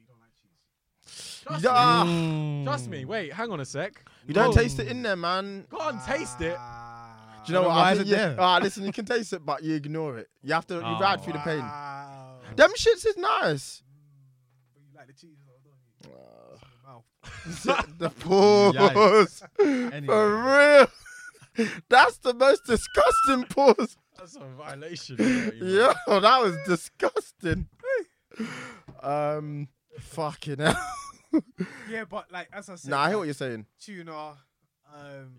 don't like cheese.
Trust,
Yeah.
me.
Mm.
Trust me. Wait, hang on a sec.
You don't
No.
taste it in there, man. Do
Can't taste it.
Ah,
you know
Then
what?
why
I
is
think
it
you,
there?
Ah, listen, you can taste it, but you ignore it. You have to. You
Oh.
ride through the pain.
Wow.
Them shits is nice.
Mm, but you like the cheese, though, don't you?
Uh,
It's in your mouth.
the pause. For real. That's the most disgusting pause.
That's a violation. Perry, man.
Yo, that was disgusting. Um, fucking hell.
Yeah, but like as I said,
Nah, I hear
like,
what you're saying.
tuna. Um,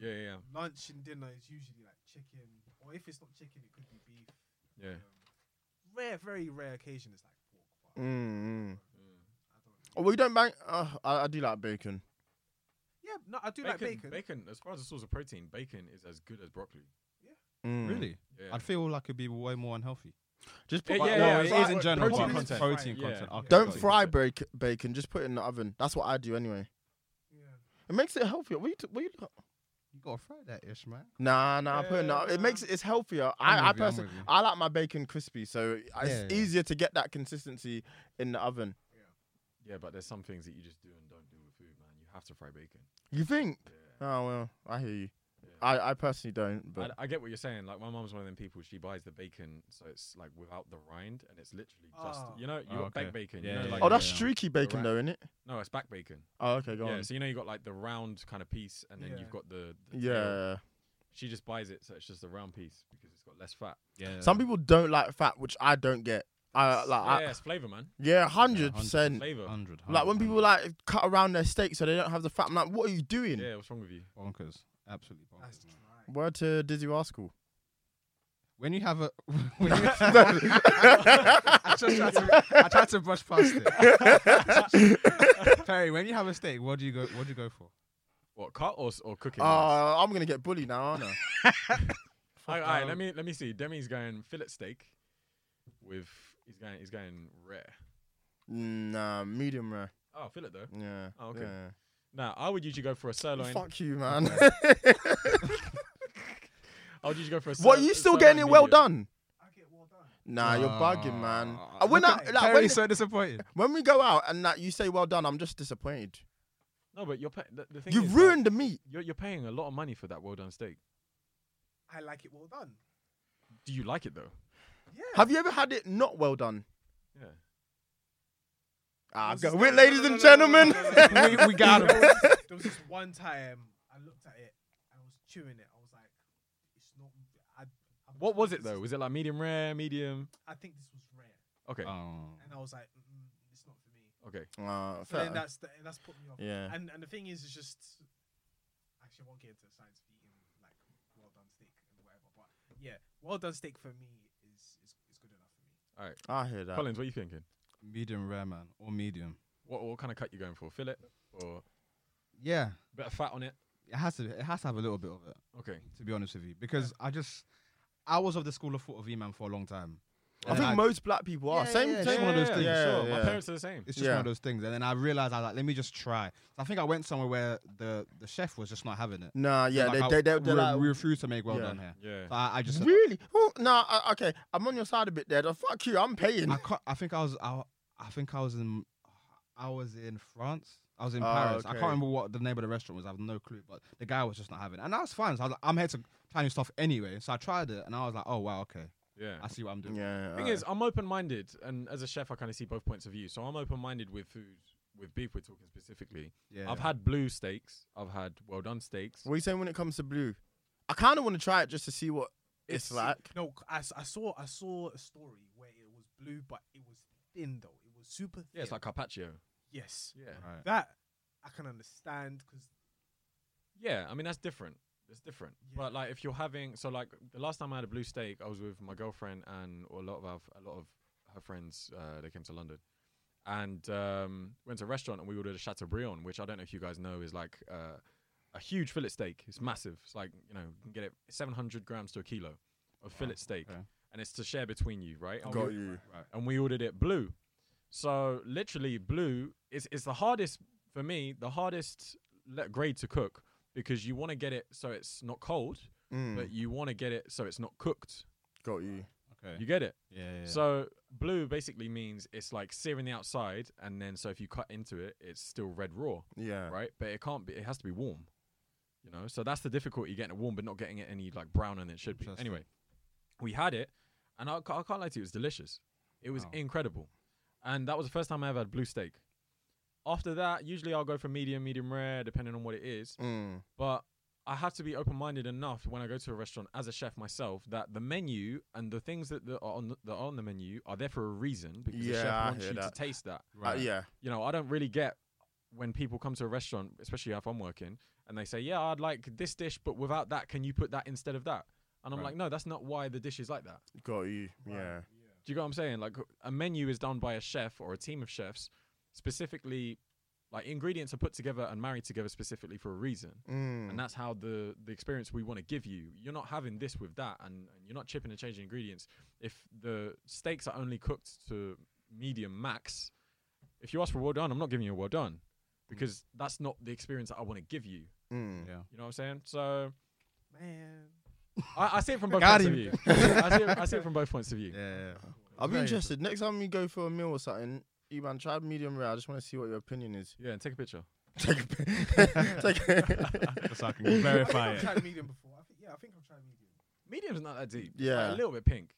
Yeah, yeah,
lunch and dinner is usually like chicken, or if it's not chicken, it could be beef.
yeah.
Um, rare, very rare occasion is like pork. But
Mm. mm.
Mm.
I don't
Oh, well, you don't bang. Uh, I, I do like bacon.
yeah, no, I do like bacon.
Bacon, as far as the source of protein, bacon is as good as broccoli.
Mm.
Really?
Yeah.
I'd feel like it'd be way more unhealthy.
Just
Yeah,
put.
yeah,
no,
yeah,
it
it's
is
like
in-
in general.
protein
but
content.
Protein
Yeah.
content. Okay,
don't
got you.
fry bacon. bacon. Just put it in the oven. That's what I do anyway.
Yeah.
It makes it healthier. What you? T- what you
You gotta fry that ish, man.
nah, nah. I put it. In the,
Yeah.
it makes it. It's healthier. I, I
I'm with you, I'm
personally,
with you.
I like my bacon crispy, so it's
Yeah, yeah.
easier to get that consistency in the oven.
Yeah, but there's some things that you just do and don't do with food, man. You have to fry bacon.
You think?
Yeah.
Oh well, I hear you.
Yeah.
I, I personally don't, but
I, I get what you're saying. Like my mom's one of them people. She buys the bacon, so it's like without the rind, and it's literally just
Ah.
you know you
Oh,
got
okay.
back bacon.
Yeah,
you know,
yeah,
like,
yeah.
oh, that's
the-
streaky bacon
right.
though, isn't it?
No, it's back bacon.
Oh, okay, go
yeah,
on.
so you know you got like the round kind of piece, and then
Yeah.
you've got the, the tail.
Yeah.
She just buys it, so it's just a round piece because it's got less fat.
Yeah.
Some people don't like fat, which I don't get. I Uh, like.
yeah,
I-
it's flavor, man.
Yeah, hundred percent.
Flavor.
hundred.
Like when people like cut around their steak so they don't have the fat. I'm like, what are you doing?
Yeah, what's wrong with you?
bonkers, absolutely
That's
bonkers. man.
dry.
Word to Dizzy Rascal.
When you have a, when you I, just tried to, I tried to brush past it. Perry, when you have a steak, what do you go? What do you go for?
What cut or s- or cooking?
Oh, uh, I'm gonna get bullied now, aren't I?
all right, all
um,
right, let me let me see. Demi's going fillet steak with he's going he's going rare.
nah, medium rare.
Oh, fillet though.
Yeah.
Oh, okay.
yeah.
Now I would usually go for a sirloin.
Fuck you, man.
I would usually go for a. Sir-
what? You
a
still
sirloin
getting it well
medium.
done?
I get well done.
Nah, you're bugging, man. Uh, when,
Look
I,
at
like,
Perry's
when,
so disappointed.
when we go out and like, you say well done, I'm just disappointed.
No, but you're pay- the, the thing is,
You've
like,
ruined the meat.
you're, you're paying a lot of money for that well done steak.
I like it well done.
Do you like it though?
Yeah.
Have you ever had it not well done?
Yeah.
Ah,
There was
go
this-
with
no,
ladies
no, no,
and
no, no,
gentlemen.
no, no, no, no, no, no.
We- we got 'em.
There was this- There was this one time I looked at it, I was chewing it. I was like, it's not. I, I'm
What
not
was it
this
though? Was
is-
it like medium rare, medium?
I think this was rare,
Okay.
Um,
Oh.
and I was like, mm, it's not for me.
Okay.
Ah,
So then
fair.
that's the, that's put me off.
Yeah.
And and the thing is, it's just actually I won't get into the science of eating like well done steak and whatever, but yeah, well done steak for me is is, is good enough for me.
I hear that.
Collins, what are you thinking?
Medium rare, man, or medium.
What what kind of cut you going for? Fillet or
Yeah,
bit of fat on it?
it has to. It has to have a little bit of it.
Okay.
To be honest with you, because I just, I was of the school of thought of E-Man for a long time.
I think
And
most black people are.
Yeah,
same
yeah,
thing.
it's one of those things.
Yeah,
sure. My
yeah.
parents are the same.
It's just
Yeah.
one of those things. And then I realized I was like, let me just try. I think I went somewhere where the, the chef was just not having it.
Nah, yeah,
Like, I-
they, they, they, they're
we,
like,
we refuse to make well
Yeah.
done here.
Yeah.
So I, I just
really? Oh, nah, I, okay, I'm on your side a bit there. though. Fuck you, I'm paying.
I, can't, I think I was I, I think I was in I was in France I was in
Oh,
Paris. I
okay.
can't remember what the name of the restaurant was. I have no clue, but the guy was just not having it. And that's fine. So I was like, I'm here to try new stuff anyway. So I tried it and I was like, oh, wow, okay.
Yeah.
I see what I'm doing.
Yeah.
Thing is, I'm open-minded, and as a chef, I kind of see both points of view. So I'm open-minded with food, with beef. We're talking specifically.
Yeah.
I've had blue steaks. I've had well done steaks.
what are you saying when it comes to blue? I kind of want to try it just to see what it's, like.
No, c- I, s- I saw I saw a story where it was blue, but it was thin though. It was super thin.
Yeah, it's like carpaccio.
yes,
Yeah.
Right.
that I can understand because
Yeah. I mean, that's different. It's different.
Yeah.
But like, if you're having, so like the last time I had a blue steak, I was with my girlfriend and a lot of our, f- a lot of her friends. Uh, they came to London. And um, went to a restaurant and we ordered a Chateaubriand, which I don't know if you guys know is like uh, a huge fillet steak. It's massive. It's like you know, you can get it 700 grams to a kilo of fillet steak,
okay.
and it's to share between you, right? And we-
Got you.
Right.
and we ordered it blue. So literally, blue is is the hardest for me, the hardest le- grade to cook because you want to get it so it's not cold,
Hmm.
Mm,
but you want to get it so it's not cooked.
got you.
Okay.
You get it.
yeah, yeah, yeah.
So blue basically means it's like searing the outside, and then so if you cut into it, it's still red raw,
Yeah.
right? But it can't be. It has to be warm. You know, so that's the difficulty getting it warm, but not getting it any like browner than it should be.
Interesting.
Anyway, we had it, and I, ca- I can't lie to you, it was delicious. It was
Wow.
incredible, and that was the first time I ever had blue steak. After that, usually I'll go for medium, medium rare, depending on what it is.
Mm,
But I have to be open-minded enough when I go to a restaurant as a chef myself that the menu and the things that the- are on the, that are on the menu are there for a reason because the
Yeah,
chef
I
wants
hear
you
that.
to taste that
uh, yeah.
you know, I don't really get when people come to a restaurant, especially if I'm working, and they say, "Yeah, I'd like this dish, but without that, can you put that instead of that?" And I'm
Right.
like, "No, that's not why the dish is like that."
Got you. Yeah.
Do you get what I'm saying? Like, a menu is done by a chef or a team of chefs, specifically. Like ingredients are put together and married together specifically for a reason,
Mm,
and that's how the the experience we want to give you. You're not having this with that, and, and you're not chipping and changing ingredients. If the steaks are only cooked to medium max, if you ask for well done, I'm not giving you a well done because that's not the experience that I want to give you.
mm.
Yeah.
You know what I'm saying? So
man,
I, I see it from both
Got
points of view.
him.
I see, it, I see it from both points of view.
Yeah. yeah.
I'll be
Very
interested. Next time you go for a meal or something, you man, try medium rare. I just want to see what your opinion is.
Yeah, and take a picture.
Take a pic. Take a-
That's how I can verify
I've
it.
tried medium before. I think, yeah, I think I've tried medium.
Medium's not that deep.
Yeah.
Like a little bit pink.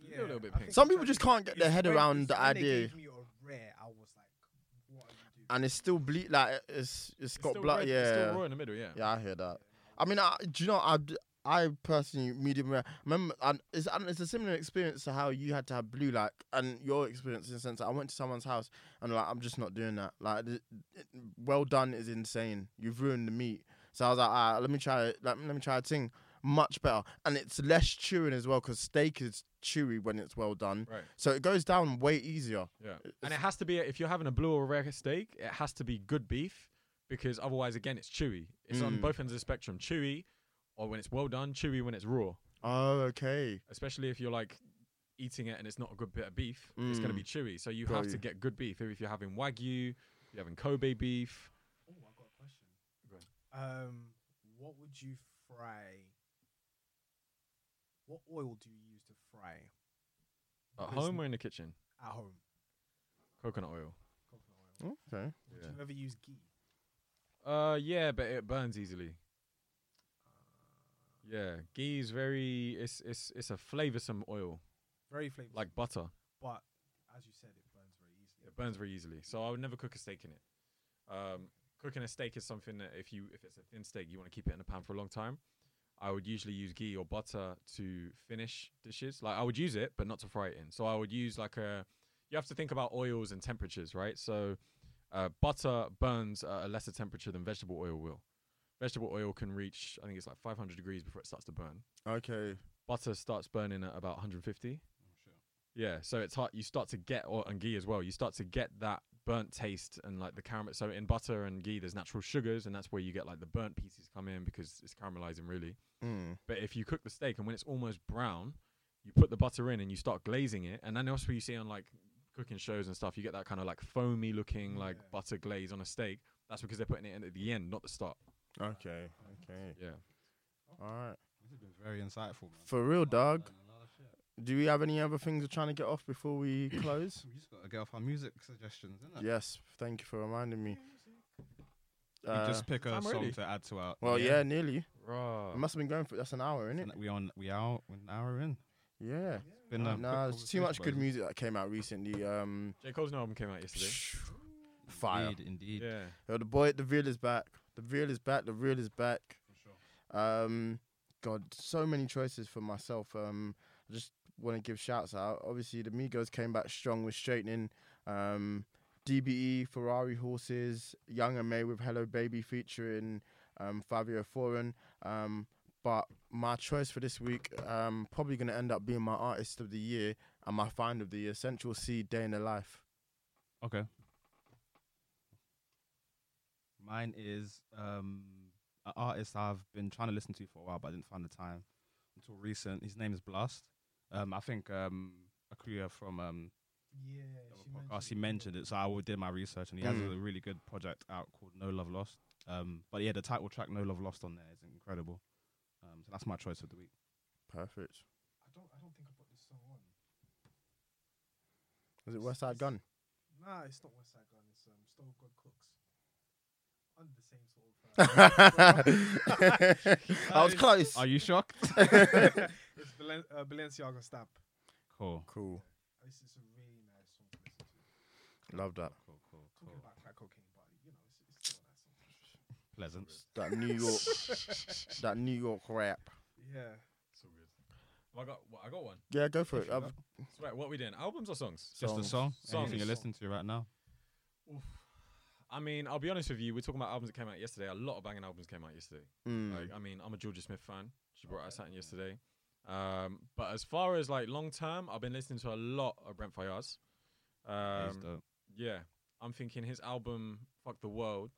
Yeah,
little bit
I
pink.
think
Some
I've
people
tried
just
medium.
can't get their
It's
head
when-
around
it's
the
when they
idea,
gave me a rare, I was like, what are you doing?
and it's still bleak. Like it's it's got
still
blood.
red-
yeah.
It's still raw in the middle. Yeah.
Yeah, I hear that. I mean, I, do you know, I, d- I personally, medium rare, remember, and it's, and it's a similar experience to how you had to have blue, like, and your experience in the sense that I went to someone's house and, like, I'm just not doing that. Like, th- it, well done is insane. You've ruined the meat. So I was like, ah, let me try it. Like, let me try a thing. Much better. And it's less chewing as well because steak is chewy when it's well done.
Right.
So it goes down way easier.
Yeah. And it has to be if you're having a blue or rare steak, it has to be good beef because otherwise, again, it's chewy. It's on
Mm.
both ends of the spectrum. Chewy, or when it's well done. Chewy when it's raw.
Oh, okay.
Especially if you're like eating it and it's not a good bit of beef, it's going to
Mm.
be chewy. So you
Got
have
you.
to get good beef. If you're having wagyu, you're having Kobe beef.
Oh, I got a question.
Go on.
Um, what would you fry? What oil do you use to fry
At
Because
home or in the kitchen,
at home?
coconut oil.
Coconut oil.
Okay.
Do you ever use ghee?
Uh, yeah, but it burns
Uh.
easily. Yeah, ghee is very. It's it's it's a flavoursome oil,
Very flavorful.
like butter.
but as you said, it burns very easily.
It burns very easily. So I would never cook a steak in it. Um, cooking a steak is something that if you if it's a thin steak, you want to keep it in the pan for a long time. I would usually use ghee or butter to finish dishes. Like I would use it, but not to fry it in. So I would use like a. You have to think about oils and temperatures, right? So uh, butter burns at a lesser temperature than vegetable oil will. Vegetable oil can reach, I think it's like 500 degrees before it starts to burn.
Okay.
Butter starts burning at about 150.
Oh,
Yeah, so it's hard. You start to get, or and ghee as well. You start to get that burnt taste and like the caramel. So in butter and ghee, there's natural sugars, and that's where you get like the burnt pieces come in because it's caramelizing really.
Mm.
But if you cook the steak and when it's almost brown, you put the butter in and you start glazing it, and then that's where you see on like cooking shows and stuff, you get that kind of like foamy looking like
Yeah.
butter glaze on a steak. That's because they're putting it in at the end, not the start.
Okay. Okay.
Yeah.
All right.
This has been very insightful, man.
For real, dog. Do we have any other things we're trying to get off before we close?
We just gotta get off our music suggestions, innit?
yes, thank you for reminding me.
We
Uh,
just pick a
I'm
song
ready.
to add to our.
well, yeah, nearly.
Raw.
It must have been going for that's an hour,
So
isn't it?
now we on. We are an hour in.
Yeah.
It's been uh, a
Nah,
quick
there's too much good
conversation,
music that came out recently. Um,
J Cole's new album came out yesterday.
but
fire.
Indeed, indeed.
Yeah.
Yo, the boy, the real is back. The real is back. The real is back. Um, God, so many choices for myself. Um, I just want to give shouts out. Obviously, the Migos came back strong with straightening. Um, DBE, Ferrari horses, Young and May with Hello Baby featuring um, Fabio Foreign. Um, but my choice for this week, um, probably gonna end up being my artist of the year and my find of the year. Central C, Day in the Life.
Okay. Mine is um, an artist I've been trying to listen to for a while, but I didn't find the time until recent. His name is Blast. Um, I think um, Akuya from um,
Yeah,
the podcast he Ah, mentioned it, so I did my research, and he has
Mm.
a really good project out called No Love Lost. Um, but yeah, the title track No Love Lost on there is incredible. Um, so that's my choice of the week.
Perfect.
I don't, I don't think I put this song on.
Was it West Side Gun?
Nah, it's not West Side Gun. It's um, Stone God Cooks. Under the same sort uh, of.
I was close.
Are you shocked?
it's Balen- uh, Balenciaga Stamp.
cool.
Cool.
This is a really nice song to listen to.
Love that.
Cool. Cool.
Talking
Cool.
about crack cocaine, but you know, it's, it's still a nice
Pleasant.
song.
That New York. that New York rap.
Yeah.
So good. Well, I got what, I got one.
Yeah, go for it. I've,
So right, what we doing? Albums or songs?
Just a
Songs.
song.
Songs.
Anything you're listening to right now?
I mean, I'll be honest with you. We're talking about albums that came out yesterday. A lot of banging albums came out yesterday.
mm,
Like, I mean, I'm a Georgia Smith fan. She brought out something yesterday. Um, but as far as like long term, I've been listening to a lot of Brent Fayaz.
He's
Um,
dope.
yeah, I'm thinking his album "Fuck the World,"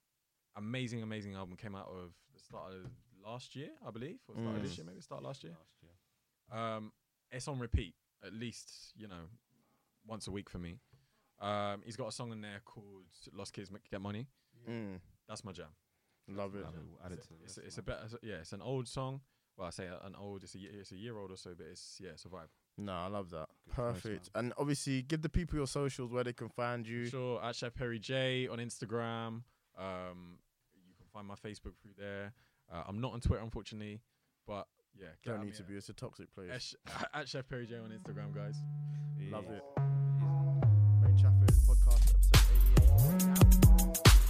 amazing, amazing album came out of the start of last year, I believe, or start of
Mm.
this year, maybe start of last year. Um, it's on repeat at least, you know, once a week for me. Um, he's got a song in there called "Lost Kids Make- Get Money."
mm,
That's my jam.
love it.
Love it. We'll add it to the
It's,
list,
it's a
man.
bit, it's a- yeah, it's an old song. Well, I say a- an old, it's a year, it's a year old or so, but it's yeah, it's a vibe.
No, I love that.
Good choice,
Perfect. and obviously, give the people your socials where they can find you.
Sure, at Chef Perry J on Instagram. Um, you can find my Facebook through there. Uh, I'm not on Twitter, unfortunately, but yeah, get at
Don't
me
need to
at-
be. It's a toxic place.
at Sh- at Chef Perry J on Instagram, guys.
Love it.
He's-
Main Chaffers podcast episode 88.